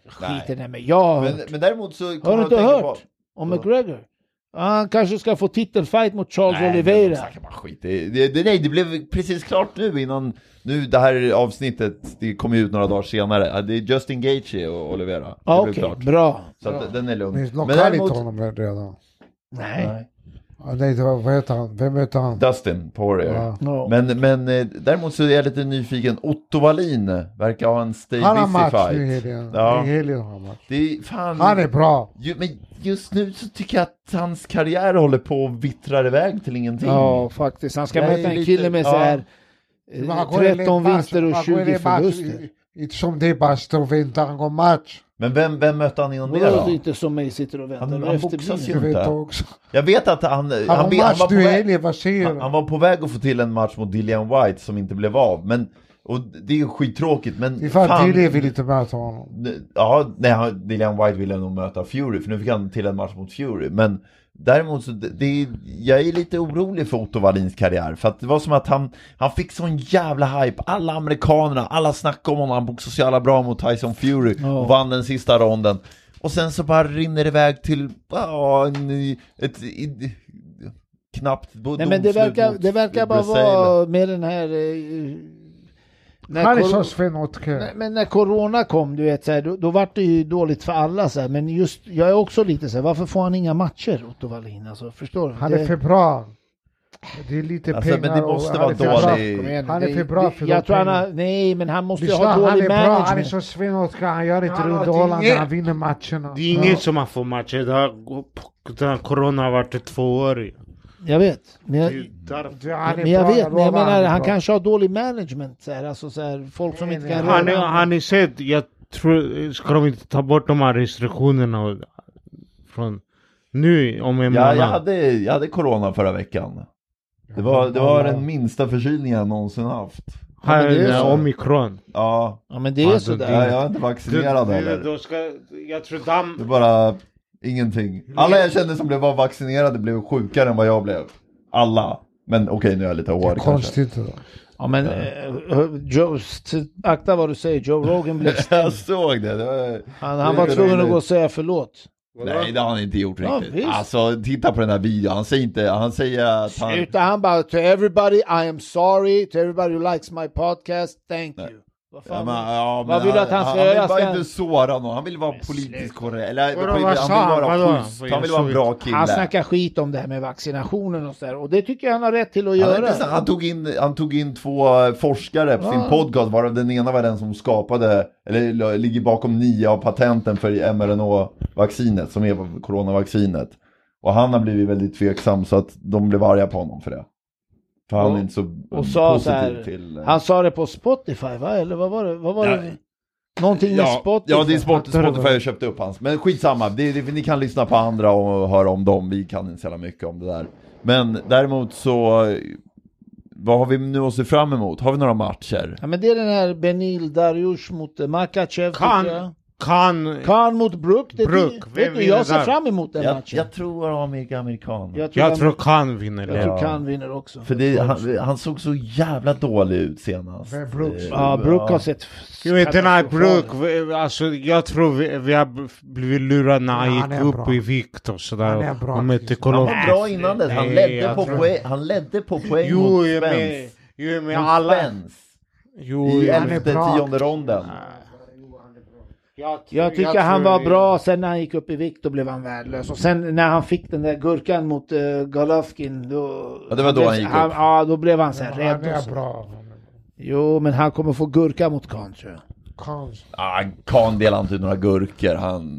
Speaker 3: Skiten är med. Jag har
Speaker 1: Men, men däremot så
Speaker 3: Har
Speaker 1: kommer
Speaker 3: du
Speaker 1: jag
Speaker 3: inte
Speaker 1: att tänka
Speaker 3: hört
Speaker 1: på...
Speaker 3: om McGregor? Ja, Han kanske ska få titelfight mot Charles
Speaker 1: men de
Speaker 3: Oliveira.
Speaker 1: snackar bara skit. Det, det, det, nej, det blev precis klart nu innan, nu det här avsnittet, det kommer ju ut några dagar senare. Ja, Det är Justin Gaethje och Olivera. Det
Speaker 3: Ja,
Speaker 1: blev
Speaker 3: Ah, Okej,
Speaker 1: klart.
Speaker 3: bra.
Speaker 1: Så att, den är lugn.
Speaker 2: Ni
Speaker 1: Men
Speaker 2: knockade inte
Speaker 1: däremot,
Speaker 2: honom redan.
Speaker 3: Nej.
Speaker 1: Nej.
Speaker 2: Ja, nej, det var, vad heter han? Vem heter han?
Speaker 1: Dustin Poirier.
Speaker 2: Ja.
Speaker 3: No.
Speaker 1: Men, men eh, däremot så är jag lite nyfiken, Otto Wallin verkar ha en stay
Speaker 2: Han har
Speaker 1: busy
Speaker 2: match nu i
Speaker 1: fight.
Speaker 2: helgen.
Speaker 1: Ja.
Speaker 2: I helgen har han match.
Speaker 1: Det är, fan,
Speaker 2: Han är bra.
Speaker 1: ju, men just nu så tycker jag att hans karriär håller på att vittra iväg till ingenting.
Speaker 3: Ja, faktiskt. Han ska
Speaker 1: Jag är
Speaker 3: möta en
Speaker 1: lite-
Speaker 3: kille med
Speaker 1: ja.
Speaker 3: så här
Speaker 2: Men
Speaker 3: eh,
Speaker 2: han går in i
Speaker 3: 13
Speaker 2: match,
Speaker 3: vinster och
Speaker 2: han går in i
Speaker 3: 20
Speaker 2: match.
Speaker 3: förluster.
Speaker 2: Inte som det är bara står och väntar, han går match.
Speaker 1: Men vem, vem mötte han innan
Speaker 3: Det
Speaker 1: det
Speaker 3: är
Speaker 1: då?
Speaker 3: inte som mig sitter och väntar.
Speaker 1: Han-
Speaker 3: och
Speaker 1: han
Speaker 3: efterbliven.
Speaker 1: boxas ju.
Speaker 2: Jag vet
Speaker 1: Inte.
Speaker 2: också.
Speaker 1: Jag vet att han, han,
Speaker 2: Han
Speaker 1: be-
Speaker 2: har match
Speaker 1: var på
Speaker 2: nu i
Speaker 1: väg-
Speaker 2: helgen, vad säger
Speaker 1: Han, han
Speaker 2: du?
Speaker 1: var på väg att få till en match mot Dillian White som inte blev av, men och det är ju skittråkigt men
Speaker 2: Det är för att Dili vill inte möta honom.
Speaker 1: Ja, nej, han- Dillian White ville nog möta Fury för nu fick han till en match mot Fury men däremot så det, det är, jag är lite orolig för Otto Wallins karriär för att det var som att han, han fick sån jävla hype, alla amerikanerna, alla snackade om honom, han boxade så jävla bra mot Tyson Fury
Speaker 3: Ja.
Speaker 1: och vann den sista ronden och sen så bara rinner det iväg till, ja, en, ett, i- knappt
Speaker 3: Nej, men det verkar, det verkar bara vara med den här... eh, när
Speaker 2: Han är
Speaker 3: cor-
Speaker 2: som Sven
Speaker 3: Nej,
Speaker 2: Otke.
Speaker 3: Men när corona kom, du vet, så här, då, då var det ju dåligt för alla. Så här. Men just, jag är också lite så här, varför får han inga matcher, Otto Wallin? Alltså, förstår du?
Speaker 2: Han är
Speaker 3: Det-
Speaker 2: för bra. Det är lite
Speaker 1: Alltså, men
Speaker 2: pengar
Speaker 1: det måste
Speaker 2: och han
Speaker 1: vara
Speaker 2: är för bra.
Speaker 1: dålig-
Speaker 3: Kom igen,
Speaker 2: Han är
Speaker 3: det-
Speaker 2: för bra
Speaker 3: det-
Speaker 2: för
Speaker 3: Jag
Speaker 2: de
Speaker 3: tror han har,
Speaker 2: pengarna.
Speaker 3: nej, men han måste ju
Speaker 2: Lyssna,
Speaker 3: ha
Speaker 2: han är
Speaker 3: dålig
Speaker 2: bra, han är
Speaker 3: management.
Speaker 2: som Sven Otke. Han gör inte
Speaker 4: Ja, det är
Speaker 2: underhållande,
Speaker 4: inget-
Speaker 2: han vinner matcherna.
Speaker 4: Det är inget
Speaker 2: e Ja.
Speaker 4: som man får matcher. Det har, den här corona har varit två år. ju.
Speaker 3: Jag vet. Men
Speaker 4: Det
Speaker 3: jag,
Speaker 4: är ju därför.
Speaker 2: Du, han är
Speaker 3: men jag
Speaker 2: bra,
Speaker 3: vet, men
Speaker 2: lovar,
Speaker 3: jag menar,
Speaker 2: är
Speaker 3: han
Speaker 2: bra.
Speaker 3: kanske har dålig management. Så här, alltså, så här, folk som
Speaker 2: Nej,
Speaker 3: inte
Speaker 2: nej,
Speaker 3: kan
Speaker 4: Har ni,
Speaker 3: röra
Speaker 4: har ni sett? Jag tror, ska de inte ta bort de här restriktionerna och, från nu om en
Speaker 1: Ja,
Speaker 4: månad?
Speaker 1: jag hade, jag hade corona förra veckan. Det var, det var den minsta förkylningen jag någonsin haft.
Speaker 4: Här
Speaker 3: men det är
Speaker 4: är
Speaker 3: så.
Speaker 4: omikron.
Speaker 1: Ja,
Speaker 3: Ja men det
Speaker 4: Ja,
Speaker 3: är
Speaker 4: det-
Speaker 1: ja
Speaker 3: sådär.
Speaker 1: jag är inte vaccinerad heller.
Speaker 4: Då ska, jag tror
Speaker 1: Det är
Speaker 4: damm...
Speaker 1: bara ingenting. Alla jag kände som blev var vaccinerade blev sjukare än vad jag blev. Alla. Men okej, nu är jag lite hård kanske.
Speaker 2: Konstigt. då.
Speaker 3: Ja men eh, Joe, t- akta vad du säger, Joe Rogan
Speaker 1: <laughs>
Speaker 3: blev
Speaker 1: Jag såg det. det var...
Speaker 3: Han, han var tvungen att gå och säga förlåt.
Speaker 1: Nej, det har han inte gjort
Speaker 3: Ja,
Speaker 1: riktigt.
Speaker 3: visst.
Speaker 1: alltså, titta på den här videon. Han säger inte, han säger att han...
Speaker 3: Sluta, han bara to everybody I am sorry, to everybody who likes my podcast, thank you. Vad
Speaker 1: Ja,
Speaker 3: fan?
Speaker 1: men, äh, ja,
Speaker 3: Vad
Speaker 1: men
Speaker 3: vill du att han ska
Speaker 1: Han
Speaker 3: göra?
Speaker 1: vill bara
Speaker 3: Ska han-
Speaker 1: inte såra någon, han vill vara politiskt korrekt. Eller,
Speaker 2: Vadå,
Speaker 1: han vill
Speaker 2: vad sa han?
Speaker 1: vara
Speaker 2: Vadå?
Speaker 1: schysst, han vill vara en bra kille.
Speaker 3: han snackar skit om det här med vaccinationen och sådär och det tycker jag han har rätt till att
Speaker 1: Han, är
Speaker 3: göra.
Speaker 1: inte så- han, tog in, han tog in två eh, forskare på sin podcast, varav den ena var den som skapade, eller l- ligger bakom nio av patenten för mRNA-vaccinet, som är coronavaccinet. Och han har blivit väldigt tveksam, så att de blev arga på honom för det. För han
Speaker 3: Och-
Speaker 1: är inte så eh,
Speaker 3: och sa
Speaker 1: positiv
Speaker 3: så här,
Speaker 1: till... eh,
Speaker 3: Han sa det på Spotify va? Eller vad var det? Vad var det?
Speaker 1: Nej.
Speaker 3: Någonting med
Speaker 1: Ja,
Speaker 3: Spotify?
Speaker 1: ja, det är Spot-
Speaker 2: Fattar du
Speaker 1: Spotify jag köpte upp hans. Men skitsamma, det, det, ni kan lyssna på andra och höra om dem. Vi kan inte så jävla mycket om det där. Men däremot så, eh, vad har vi nu att se fram emot? Har vi några matcher?
Speaker 3: Ja men det är den här Benil Dariush mot eh, Makachev tycker
Speaker 4: Kan.
Speaker 3: jag.
Speaker 4: Kan...
Speaker 3: Khan mot Brook. Det,
Speaker 4: Brook,
Speaker 3: Bruk.
Speaker 4: vem
Speaker 3: Vet du,
Speaker 4: vinner
Speaker 3: jag ser
Speaker 4: där?
Speaker 3: fram emot den
Speaker 1: Jag,
Speaker 3: matchen.
Speaker 1: jag tror Amik Amerikan.
Speaker 3: jag tror,
Speaker 4: Jag
Speaker 3: jag
Speaker 4: tror kan vinner.
Speaker 3: jag
Speaker 4: det.
Speaker 3: tror Khan vinner också.
Speaker 1: För det, han, han såg så jävla dålig ut senast.
Speaker 2: Men Brooks-
Speaker 1: Eh,
Speaker 3: Ja, Brook har sett...
Speaker 4: Jag vet inte när
Speaker 3: katastrofal ut.
Speaker 4: Brook, vi- alltså jag tror vi, vi har b- blivit lurade när han
Speaker 2: Ja,
Speaker 4: gick
Speaker 2: han är
Speaker 4: upp
Speaker 2: bra.
Speaker 4: i vikt och
Speaker 2: Han
Speaker 4: sådär.
Speaker 2: är bra.
Speaker 4: Om inte
Speaker 1: Han
Speaker 4: kollar.
Speaker 1: var bra innan dess, han
Speaker 4: Nej,
Speaker 1: ledde
Speaker 4: jag
Speaker 1: på
Speaker 4: tror-
Speaker 1: poäng, han ledde på poäng
Speaker 4: Jo,
Speaker 1: mot
Speaker 4: jag med,
Speaker 1: Spence.
Speaker 4: jo, med
Speaker 1: Mot
Speaker 4: alla.
Speaker 1: Spence.
Speaker 4: Jo,
Speaker 1: I
Speaker 4: jag
Speaker 2: han är
Speaker 1: elfte,
Speaker 2: bra.
Speaker 1: tionde ronden.
Speaker 3: Jag tycker han var bra, sen när han gick upp i vikt då blev han värdelös. Och sen när han fick den där gurkan mot uh, Golovkin då...
Speaker 1: Ja, det var då
Speaker 3: blev-
Speaker 1: han gick upp.
Speaker 3: Ja, då blev han så här
Speaker 2: Han
Speaker 3: rädd. och
Speaker 2: är
Speaker 3: så.
Speaker 2: bra.
Speaker 3: Jo, men han kommer få gurka mot Khan tror jag.
Speaker 2: Konstigt.
Speaker 1: Ah, Kahn delar inte ut några gurkor, han...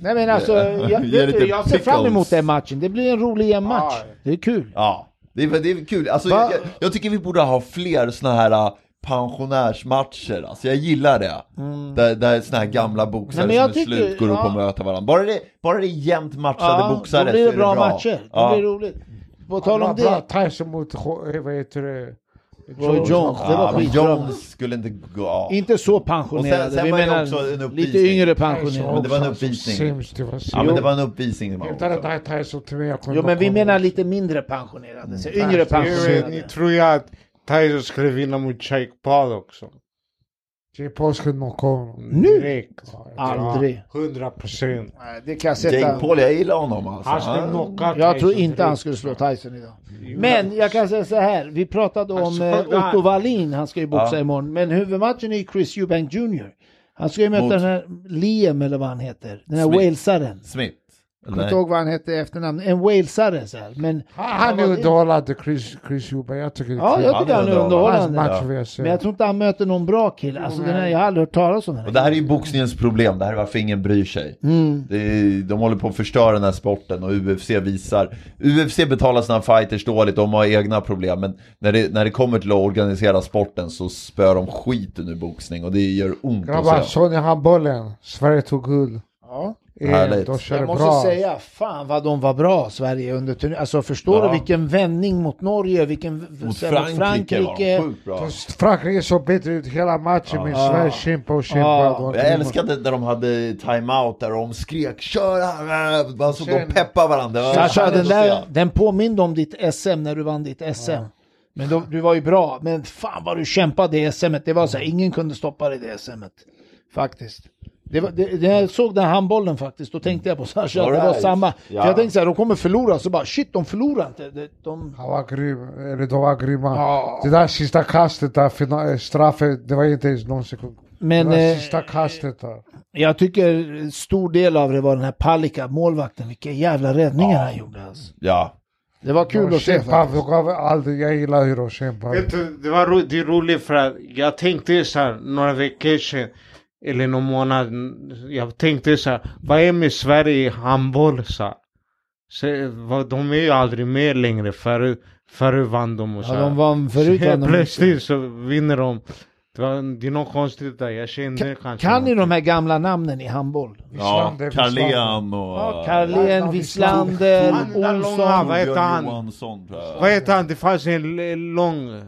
Speaker 3: Nej
Speaker 1: <laughs>
Speaker 3: men alltså, jag,
Speaker 1: Ge
Speaker 3: vet du,
Speaker 1: lite
Speaker 3: jag ser fram
Speaker 1: pickles.
Speaker 3: emot den matchen. Det blir en rolig jämn match.
Speaker 2: Ja.
Speaker 3: Det är kul.
Speaker 1: Ja, det är, det är kul. Alltså,
Speaker 3: Va?
Speaker 1: jag, jag- jag tycker vi borde ha fler såna här äh, pensionärsmatcher, alltså jag gillar det. Där, där såna här gamla boxare
Speaker 3: Mm. Nej, men jag
Speaker 1: som är
Speaker 3: tycker-
Speaker 1: slut går upp
Speaker 3: ja.
Speaker 1: och möter varandra. Bara det, bara det är jämnt matchade boxare
Speaker 3: då
Speaker 1: så
Speaker 3: blir
Speaker 1: är
Speaker 3: det bra matcher.
Speaker 1: Ja.
Speaker 3: Det blir roligt. På tal om
Speaker 2: Han var
Speaker 3: det.
Speaker 2: bra. Tyson mot, eh, vad heter det?
Speaker 3: Roy Jones. Det var
Speaker 1: Ja, men
Speaker 3: skitbra.
Speaker 1: Jones skulle inte gå... Ja.
Speaker 3: Inte så
Speaker 1: Och sen-
Speaker 3: pensionerade.
Speaker 1: sen
Speaker 3: Vi
Speaker 1: var det
Speaker 3: menar
Speaker 1: också en
Speaker 3: lite
Speaker 1: uppvisning.
Speaker 3: yngre
Speaker 2: Tyson
Speaker 1: men
Speaker 3: pensionerade.
Speaker 1: det var en
Speaker 2: också.
Speaker 1: uppvisning.
Speaker 2: Sims, det var
Speaker 1: ja,
Speaker 2: Sims.
Speaker 1: men det var en uppvisning. det var
Speaker 2: Utan
Speaker 1: också.
Speaker 2: den där Tyson till mig, jag kunde
Speaker 3: Jo men vi
Speaker 2: komma.
Speaker 3: menar lite mindre
Speaker 2: Mm.
Speaker 3: pensionerade. Så yngre
Speaker 4: Ni
Speaker 3: pensionerade.
Speaker 4: tror jag att Tyson skulle vinna mot Jake Paul också?
Speaker 2: Jay Paul skulle knocka honom.
Speaker 3: Nu?
Speaker 4: Direkt.
Speaker 3: Aldrig.
Speaker 4: Hundra procent.
Speaker 3: Nej, Det kan jag
Speaker 1: Jake
Speaker 3: sätta.
Speaker 1: Paul, jag gillar honom alltså.
Speaker 4: Han skulle
Speaker 1: Han-
Speaker 4: knocka
Speaker 3: Jag tror
Speaker 4: Tyson
Speaker 3: inte han
Speaker 4: direkt.
Speaker 3: skulle slå Tyson idag. Men jag kan säga så här. Vi pratade om
Speaker 4: Alltså,
Speaker 3: eh,
Speaker 4: det här-
Speaker 3: Otto Wallin. Han ska ju boxa
Speaker 1: Ja.
Speaker 3: imorgon. Men huvudmatchen är ju Chris Eubank Jr. Han ska ju möta
Speaker 1: Mot-
Speaker 3: den här Liam eller vad han heter. Den här
Speaker 1: Smith.
Speaker 3: walesaren.
Speaker 1: Smith.
Speaker 3: Jag kommer
Speaker 1: Eller
Speaker 3: inte
Speaker 1: nej.
Speaker 3: ihåg vad han hette i efternamn. En walesare så här. Men,
Speaker 2: Han han är underhållande, Chris, Chris Huber. Jag tycker det är
Speaker 3: ja,
Speaker 2: kul.
Speaker 3: jag tycker han är
Speaker 2: Hans
Speaker 3: underhållande.
Speaker 2: match vill jag se.
Speaker 3: Men jag tror inte han möter någon bra kille. Alltså, den här, jag har aldrig hört talas om den
Speaker 1: Och
Speaker 3: här.
Speaker 1: det här är ju boxningens problem, det här är varför ingen bryr sig.
Speaker 3: Mm.
Speaker 1: Det är, de håller på att förstöra den här sporten och UFC visar. UFC betalar sina fighters dåligt, de har egna problem. Men när det, när det kommer till att organisera sporten så spöar de skiten ur boxning och det gör ont
Speaker 2: Grabbar,
Speaker 1: att se.
Speaker 2: såg ni handbollen? Sverige tog guld.
Speaker 3: Ja.
Speaker 2: EM,
Speaker 1: Härligt.
Speaker 2: de körde
Speaker 3: Jag måste
Speaker 2: bra.
Speaker 3: säga, fan vad de var bra Sverige under turneringen. Alltså förstår
Speaker 1: Ja.
Speaker 3: du vilken vändning mot Norge, vilken
Speaker 1: Mot Frankrike, var de sjukt bra.
Speaker 2: De- Frankrike såg bättre ut hela matchen, men Sverige kämpade och
Speaker 3: Ja.
Speaker 2: kämpade.
Speaker 1: Ah. Jag älskade när de hade timeout där de skrek kör här! Man såg dem peppa varandra. Det var
Speaker 3: Sasha,
Speaker 1: härligt
Speaker 3: den,
Speaker 1: att
Speaker 3: där,
Speaker 1: se.
Speaker 3: den påminde om ditt SM när du vann ditt SM. Men då, du var ju bra, men fan vad du kämpade i SM. -et. Det var så här, ingen kunde stoppa dig i det SM. -et. Faktiskt. Det var, det, när jag såg den här handbollen faktiskt, då tänkte jag på Sasha,
Speaker 1: All
Speaker 3: det var
Speaker 1: right.
Speaker 3: samma.
Speaker 1: Ja.
Speaker 3: För jag tänkte så här, de kommer förlora, så bara shit, de förlorar inte. De, de,
Speaker 2: Han var grym, eller de var grymma.
Speaker 3: Ja.
Speaker 2: Det där sista kastet där, fina- straffet, det var inte ens någon sekund. Det
Speaker 3: men
Speaker 2: där
Speaker 3: eh,
Speaker 2: sista kastet där.
Speaker 3: jag tycker stor del av det var den här Palicka, målvakten. Vilka jävla räddningar han gjorde alltså.
Speaker 1: Ja.
Speaker 3: Det var kul
Speaker 2: De
Speaker 3: att se.
Speaker 2: kämpade,
Speaker 3: faktiskt.
Speaker 2: de gav aldrig, jag gillar hur de kämpade.
Speaker 4: Vet du, det var ro, det är roligt för att jag tänkte så här några veckor sedan, eller någon månad, jag tänkte så här, vad är med Sverige i handboll så här? Så, vad, de är ju aldrig med längre, förut förut vann de och så
Speaker 3: Ja,
Speaker 4: här.
Speaker 3: de vann förut.
Speaker 4: Helt
Speaker 3: Vann de.
Speaker 4: Plötsligt så vinner de Det, var, det är något konstigt där, jag kände kanske
Speaker 3: Kan ni
Speaker 4: något.
Speaker 3: de här gamla namnen i handboll?
Speaker 1: Ja,
Speaker 2: Wislander, Wislander.
Speaker 1: Carlén och...
Speaker 3: Ja,
Speaker 2: Karlén,
Speaker 3: Carlén,
Speaker 2: Wislander,
Speaker 3: Wislander,
Speaker 4: Alla långa,
Speaker 3: Olsson.
Speaker 4: vad heter
Speaker 1: Björn
Speaker 4: han?
Speaker 1: Johansson tror jag.
Speaker 4: Vad heter han? Det fanns en l- lång...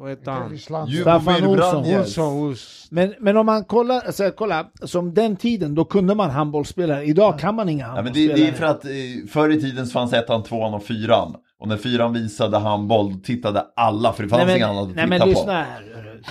Speaker 4: Vad heter han?
Speaker 2: Wislander.
Speaker 1: Djupomir
Speaker 3: Alltså, Staffan Olsson.
Speaker 1: Brandhjelm.
Speaker 4: Olsson, Olsson.
Speaker 3: Men, men om man kollar, alltså, kolla, som den tiden då kunde man handbollsspelare, idag kan man inga
Speaker 1: Ja, men det, det är för
Speaker 3: handbollsspelare.
Speaker 1: att eh, förr i tiden så fanns ettan, tvåan och fyran. Och när fyran visade handboll då tittade alla för det fanns inget annat att
Speaker 3: nej,
Speaker 1: titta
Speaker 3: men
Speaker 1: på.
Speaker 3: lyssna här.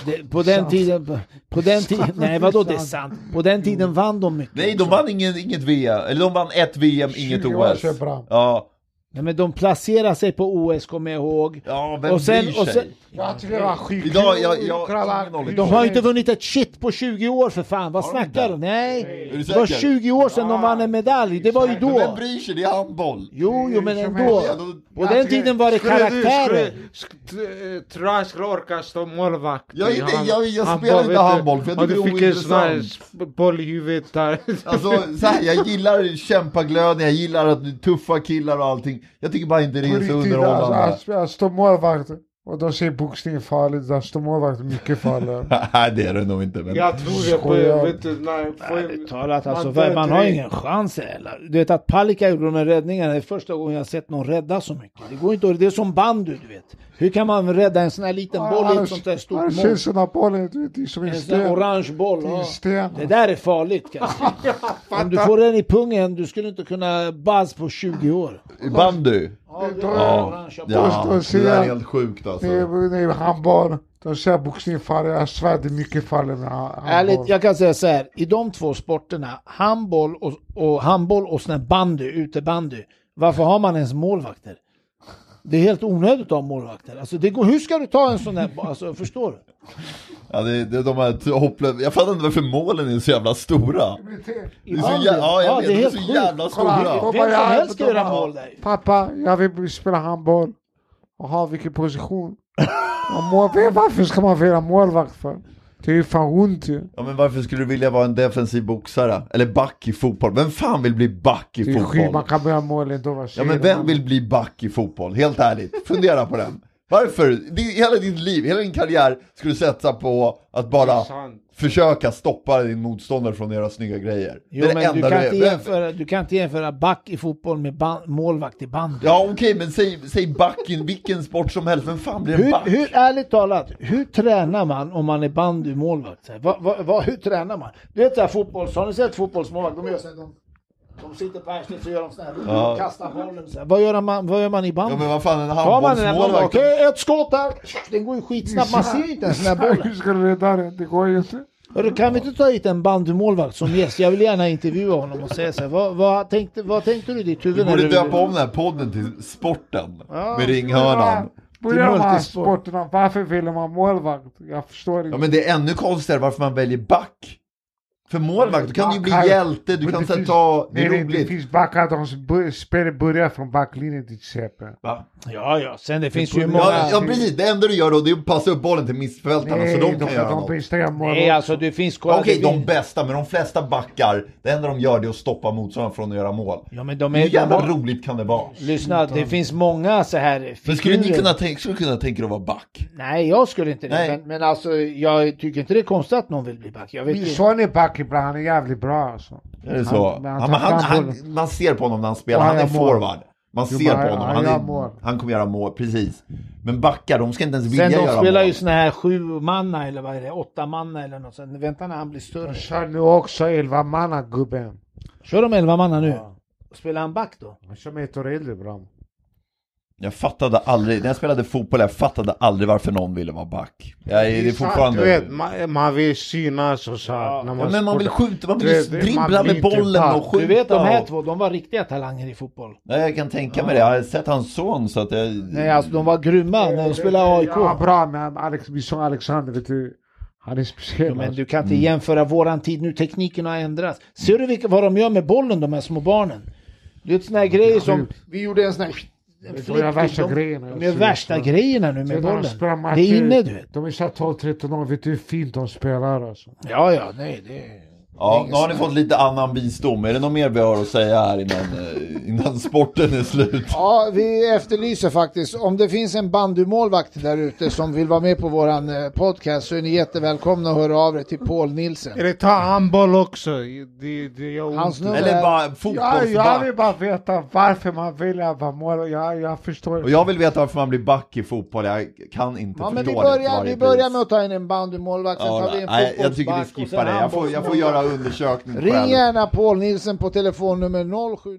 Speaker 3: Det, på den tiden, på, på den tiden, nej vadå det är sant? På den tiden vann de mycket.
Speaker 1: Nej, de vann inget, inget VM, eller de vann ett VM, inget
Speaker 2: 20 år
Speaker 1: OS.
Speaker 2: sedan bra.
Speaker 1: Ja,
Speaker 3: Nej, men de placerade sig på OS, kommer jag ihåg.
Speaker 1: ja vem
Speaker 3: Och sen-
Speaker 1: bryr
Speaker 3: och
Speaker 1: sig?
Speaker 3: sen-
Speaker 2: Jag tycker det var skitkul.
Speaker 1: Idag, jag- jag-
Speaker 2: Grabbar,
Speaker 1: ingen aning.
Speaker 3: De har ju inte vunnit ett shit på 20 år för fan, vad
Speaker 1: Har de
Speaker 3: snackar
Speaker 1: inte?
Speaker 3: du? Nej,
Speaker 1: Är du
Speaker 3: det var
Speaker 1: säker?
Speaker 3: 20 år sedan de vann en medalj, det var ju
Speaker 1: Men vem
Speaker 3: då.
Speaker 1: bryr sig? Det är handboll.
Speaker 3: Jo, jo men
Speaker 2: Det är som
Speaker 3: ändå.
Speaker 1: Ja, då-
Speaker 3: På den tiden var det
Speaker 4: Skulle du-
Speaker 3: karaktärer.
Speaker 4: skulle- sk- t- eh, Tror jag skulle orka stå målvakt?
Speaker 1: Jag är
Speaker 4: i
Speaker 1: inte-
Speaker 4: hand-
Speaker 1: jag- jag
Speaker 4: handboll,
Speaker 1: spelar inte
Speaker 4: vet du.
Speaker 1: handboll, för jag
Speaker 4: Och
Speaker 1: tycker det
Speaker 4: du
Speaker 1: är
Speaker 4: fick en sån här
Speaker 1: ointressant.
Speaker 4: sp- boll i huvudet där. <laughs>
Speaker 1: Alltså så här, jag gillar kämpaglöden, jag gillar att du tuffa killar och allting. Jag tycker bara inte det är
Speaker 2: på
Speaker 1: så
Speaker 2: riktigt,
Speaker 1: underhållande.
Speaker 2: alltså, Jag står målvakt och de säger boxning är farligt. alltså, Jag står målvakt mycket farligare.
Speaker 1: <laughs> Nej, det är det nog inte. Men...
Speaker 4: Jag tror det
Speaker 2: Skojar.
Speaker 4: på... Vet du, nej, får-
Speaker 3: Ärligt talat,
Speaker 4: man
Speaker 3: alltså,
Speaker 4: dör
Speaker 3: man, man har
Speaker 4: direkt.
Speaker 3: ingen chans heller. Du vet att Palicka gjorde de här räddningarna, det är första gången jag har sett någon rädda så mycket. Det går inte att- det är som bandy du vet. Hur kan man rädda <laughs> en sån här liten boll i ett sånt där stort mål?
Speaker 2: ser sådana bollar, du vet, det är som en
Speaker 3: En sån här
Speaker 2: sten.
Speaker 3: orange boll.
Speaker 2: Det är
Speaker 3: Ja.
Speaker 2: sten.
Speaker 3: Det där är farligt kanske. Om du får den i pungen, du skulle inte kunna buzz på 20 år.
Speaker 1: I Bandy?
Speaker 3: Ja, det
Speaker 2: Ja.
Speaker 3: är orange boll.
Speaker 1: Ja,
Speaker 2: då
Speaker 1: det
Speaker 2: ser
Speaker 1: där är
Speaker 2: jag-
Speaker 1: helt sjukt alltså.
Speaker 2: Det är det är handboll. De säger boxning är farligt. Jag svär, det är mycket farligt med ha- handboll.
Speaker 3: Ärligt, jag kan säga så här. I de två sporterna, handboll och, och, handboll och sån här bandy, utebandy. Varför har man ens målvakter? Det är helt onödigt att ha målvakter. Alltså, det går, hur ska du ta en sån där... Alltså, förstår du?
Speaker 1: Ja, det, det, de här t- hopplösa, jag fattar inte varför målen är så jävla stora. Det är så, jä...
Speaker 3: bandy?
Speaker 1: ja, jag
Speaker 3: Ja,
Speaker 1: vet,
Speaker 3: det
Speaker 1: de
Speaker 3: är
Speaker 1: är
Speaker 3: helt
Speaker 1: så
Speaker 3: sjukt.
Speaker 1: jävla
Speaker 2: Kolla,
Speaker 1: stora.
Speaker 2: kolla.
Speaker 3: Vem som helst ska göra mål där.
Speaker 2: Pappa, jag vill spela handboll. Jaha, vilken position? Och mål, vem- varför ska man vara målvakt för? Det är ju fan ont ju.
Speaker 1: Ja, men varför skulle du vilja vara en defensiv boxare? Eller back i fotboll? Vem fan vill bli back
Speaker 2: Det
Speaker 1: i
Speaker 2: är skit, man
Speaker 1: fotboll?
Speaker 2: kan börja mål ändå. vad
Speaker 1: Ja,
Speaker 2: säger
Speaker 1: men
Speaker 2: du?
Speaker 1: vem vill bli back i fotboll? Helt ärligt, fundera på den. Varför? Din, hela ditt liv, hela din karriär skulle sätta på att bara
Speaker 4: Sant.
Speaker 1: försöka stoppa din motståndare från att göra snygga grejer.
Speaker 3: Jo, men du kan,
Speaker 1: är.
Speaker 3: inte
Speaker 1: Vem-
Speaker 3: jämföra, du kan inte jämföra back i fotboll med ban- målvakt i bandy.
Speaker 1: Ja okej, men säg, säg backen, vilken sport som helst, vem fan blir en back?
Speaker 3: Hur, hur, ärligt talat, hur tränar man om man är bandymålvakt? Så här, vad- vad- vad- hur tränar man? Du vet såhär fotbolls... Har ni sett fotbollsmålvakt? De gör så här, de, de sitter på arslet så gör de så här,
Speaker 1: Ja.
Speaker 3: kastar bollen så här. Vad gör man, vad gör man i bandy?
Speaker 1: Ja men vad fan, en
Speaker 3: Tar man den här bollen,
Speaker 1: handbollsmålvakt.
Speaker 3: okej ett skott där, den går ju skitsnabbt, man ser ju inte ens den här bollen.
Speaker 1: <laughs>
Speaker 2: Hur ska du rädda det? Det går ju inte.
Speaker 3: Hörru, kan vi inte ta hit en bandymålvakt som gäst? Jag vill gärna intervjua honom och säga så här, vad, vad, tänkte, vad tänkte du i ditt
Speaker 1: Vi
Speaker 3: huvud? när
Speaker 1: borde
Speaker 3: du
Speaker 1: döpa om den här podden till Sporten,
Speaker 3: Ja.
Speaker 1: med ringhörnan.
Speaker 2: Börja
Speaker 3: Det är
Speaker 2: med de här
Speaker 3: multisport.
Speaker 2: sporterna. Varför vill man målvakt? Jag förstår
Speaker 1: Ja
Speaker 2: inte.
Speaker 1: men det är ännu konstigare varför man väljer back. För målvakt, du kan ju bli
Speaker 2: Backar.
Speaker 1: hjälte, du
Speaker 2: Men
Speaker 1: kan
Speaker 2: det
Speaker 1: sen
Speaker 2: finns-
Speaker 1: ta, det
Speaker 2: Nej,
Speaker 1: är
Speaker 2: nej, det
Speaker 1: roligt.
Speaker 2: finns backar. De som bör- spelar börjar från backlinjen till exempel.
Speaker 1: Va?
Speaker 3: Ja, ja, sen det finns ju många...
Speaker 1: Ja, ja precis, det enda du gör då det är att passa upp bollen till mittfältarna så de kan göra
Speaker 2: de
Speaker 1: något.
Speaker 2: bästa gör mål.
Speaker 3: Nej, alltså det finns... kolla,
Speaker 1: Okej,
Speaker 3: det
Speaker 1: de
Speaker 3: finns-
Speaker 1: bästa, men de flesta backar, det enda de gör det är att stoppa motståndaren från att göra mål.
Speaker 3: Ja, men de är...
Speaker 1: Hur jävla
Speaker 3: de-
Speaker 1: roligt kan det vara?
Speaker 3: Lyssna, det finns många så här figurer.
Speaker 1: Men skulle ni kunna, tänka- skulle kunna tänka er att vara back?
Speaker 3: Nej, jag skulle inte det.
Speaker 1: Nej.
Speaker 3: Men, men alltså, jag tycker inte det är konstigt att någon vill bli back. Jag vet
Speaker 2: Min
Speaker 3: inte.
Speaker 2: son är back ibland. Han är jävligt bra alltså.
Speaker 1: Är det så?
Speaker 2: Han- men han
Speaker 1: ja,
Speaker 2: tar
Speaker 1: men han,
Speaker 2: fram
Speaker 1: han,
Speaker 2: bollen.
Speaker 1: man ser på honom när han spelar,
Speaker 2: Och
Speaker 1: han
Speaker 2: han
Speaker 1: är
Speaker 2: gör mål.
Speaker 1: forward. Man
Speaker 2: Jo,
Speaker 1: ser
Speaker 2: men
Speaker 1: på
Speaker 2: han-
Speaker 1: honom,
Speaker 2: han
Speaker 1: han,
Speaker 2: gör mål.
Speaker 1: är, han kommer göra mål, precis. Men backar, de ska inte ens vilja
Speaker 3: Sen de
Speaker 1: göra
Speaker 3: spelar
Speaker 1: mål.
Speaker 3: ju såna här sju manna eller vad är det, åtta manna eller något sånt. Vänta när han blir större.
Speaker 2: Han
Speaker 1: Mm.
Speaker 2: kör nu också elvamanna gubben.
Speaker 3: Kör de elva manna nu?
Speaker 2: Ja.
Speaker 3: Spelar han back då?
Speaker 2: Han kör med ett år äldre bra.
Speaker 1: Jag fattade aldrig, när jag spelade fotboll, jag fattade aldrig varför någon ville vara back. Jag, är- det är
Speaker 4: Du vet,
Speaker 1: fortfarande...
Speaker 4: man, man vill synas och så. här när
Speaker 1: Ja, men man vill
Speaker 4: sportar.
Speaker 1: skjuta, man
Speaker 4: Du
Speaker 1: vill
Speaker 4: vet, man
Speaker 1: dribbla
Speaker 4: blir
Speaker 1: med
Speaker 4: inte
Speaker 1: bollen
Speaker 4: back.
Speaker 1: och skjuta.
Speaker 3: Du vet de här
Speaker 1: och- Mm.
Speaker 3: två, de var riktiga talanger i fotboll.
Speaker 1: Nej, jag kan tänka mig det, jag har sett hans son så att jag...
Speaker 3: Nej, alltså de var grymma när de spelade AIK.
Speaker 2: Ja, bra. Men Alex, min son Alexander, vet du. Han är
Speaker 3: Ja,
Speaker 2: speciell.
Speaker 3: men
Speaker 2: alltså.
Speaker 3: du kan inte jämföra våran tid nu, tekniken har ändrats. Ser du vilka, vad de gör med bollen, de här små barnen? Det är såna här grejer som, vi gjorde en sån här... En
Speaker 2: Det var de värsta
Speaker 3: de,
Speaker 2: grejerna.
Speaker 3: de gör värsta grejerna nu
Speaker 2: Sen
Speaker 3: med
Speaker 2: när de
Speaker 3: bollen.
Speaker 2: spelar matcher,
Speaker 3: Det är inne du vet.
Speaker 2: De är såhär 12-13 år. Vet du hur fint de spelar alltså.
Speaker 3: Ja, ja, nej det är...
Speaker 1: Ja, nu har ni fått lite annan visdom. Är det något mer vi har att säga här innan, eh, innan <laughs> sporten är slut?
Speaker 3: Ja, vi efterlyser faktiskt, om det finns en bandymålvakt där ute som vill vara med på våran eh, podcast så är ni jättevälkomna att höra av er till Paul Nilsen.
Speaker 4: Eller ta handboll också. Det, det gör ont.
Speaker 3: Hans nummer
Speaker 1: Eller
Speaker 3: är-
Speaker 1: bara
Speaker 2: Ja, jag vill
Speaker 1: fotbollsback?
Speaker 2: bara veta varför man väljer att vara mål. Ja, jag förstår.
Speaker 1: Och jag vill veta varför man blir back i fotboll. Jag kan inte förstå
Speaker 3: Ja, men vi
Speaker 1: det till
Speaker 3: börjar,
Speaker 1: varje
Speaker 3: vi börjar
Speaker 1: pris.
Speaker 3: med att ta in en bandymålvakt, sen tar vi en
Speaker 1: Ja, nej, jag tycker vi
Speaker 3: fotbollsback och
Speaker 1: skippar
Speaker 3: sen
Speaker 1: det. Jag får, jag får göra undersökning på det
Speaker 3: Ring
Speaker 1: här.
Speaker 3: gärna Paul Nilsen på telefonnummer 07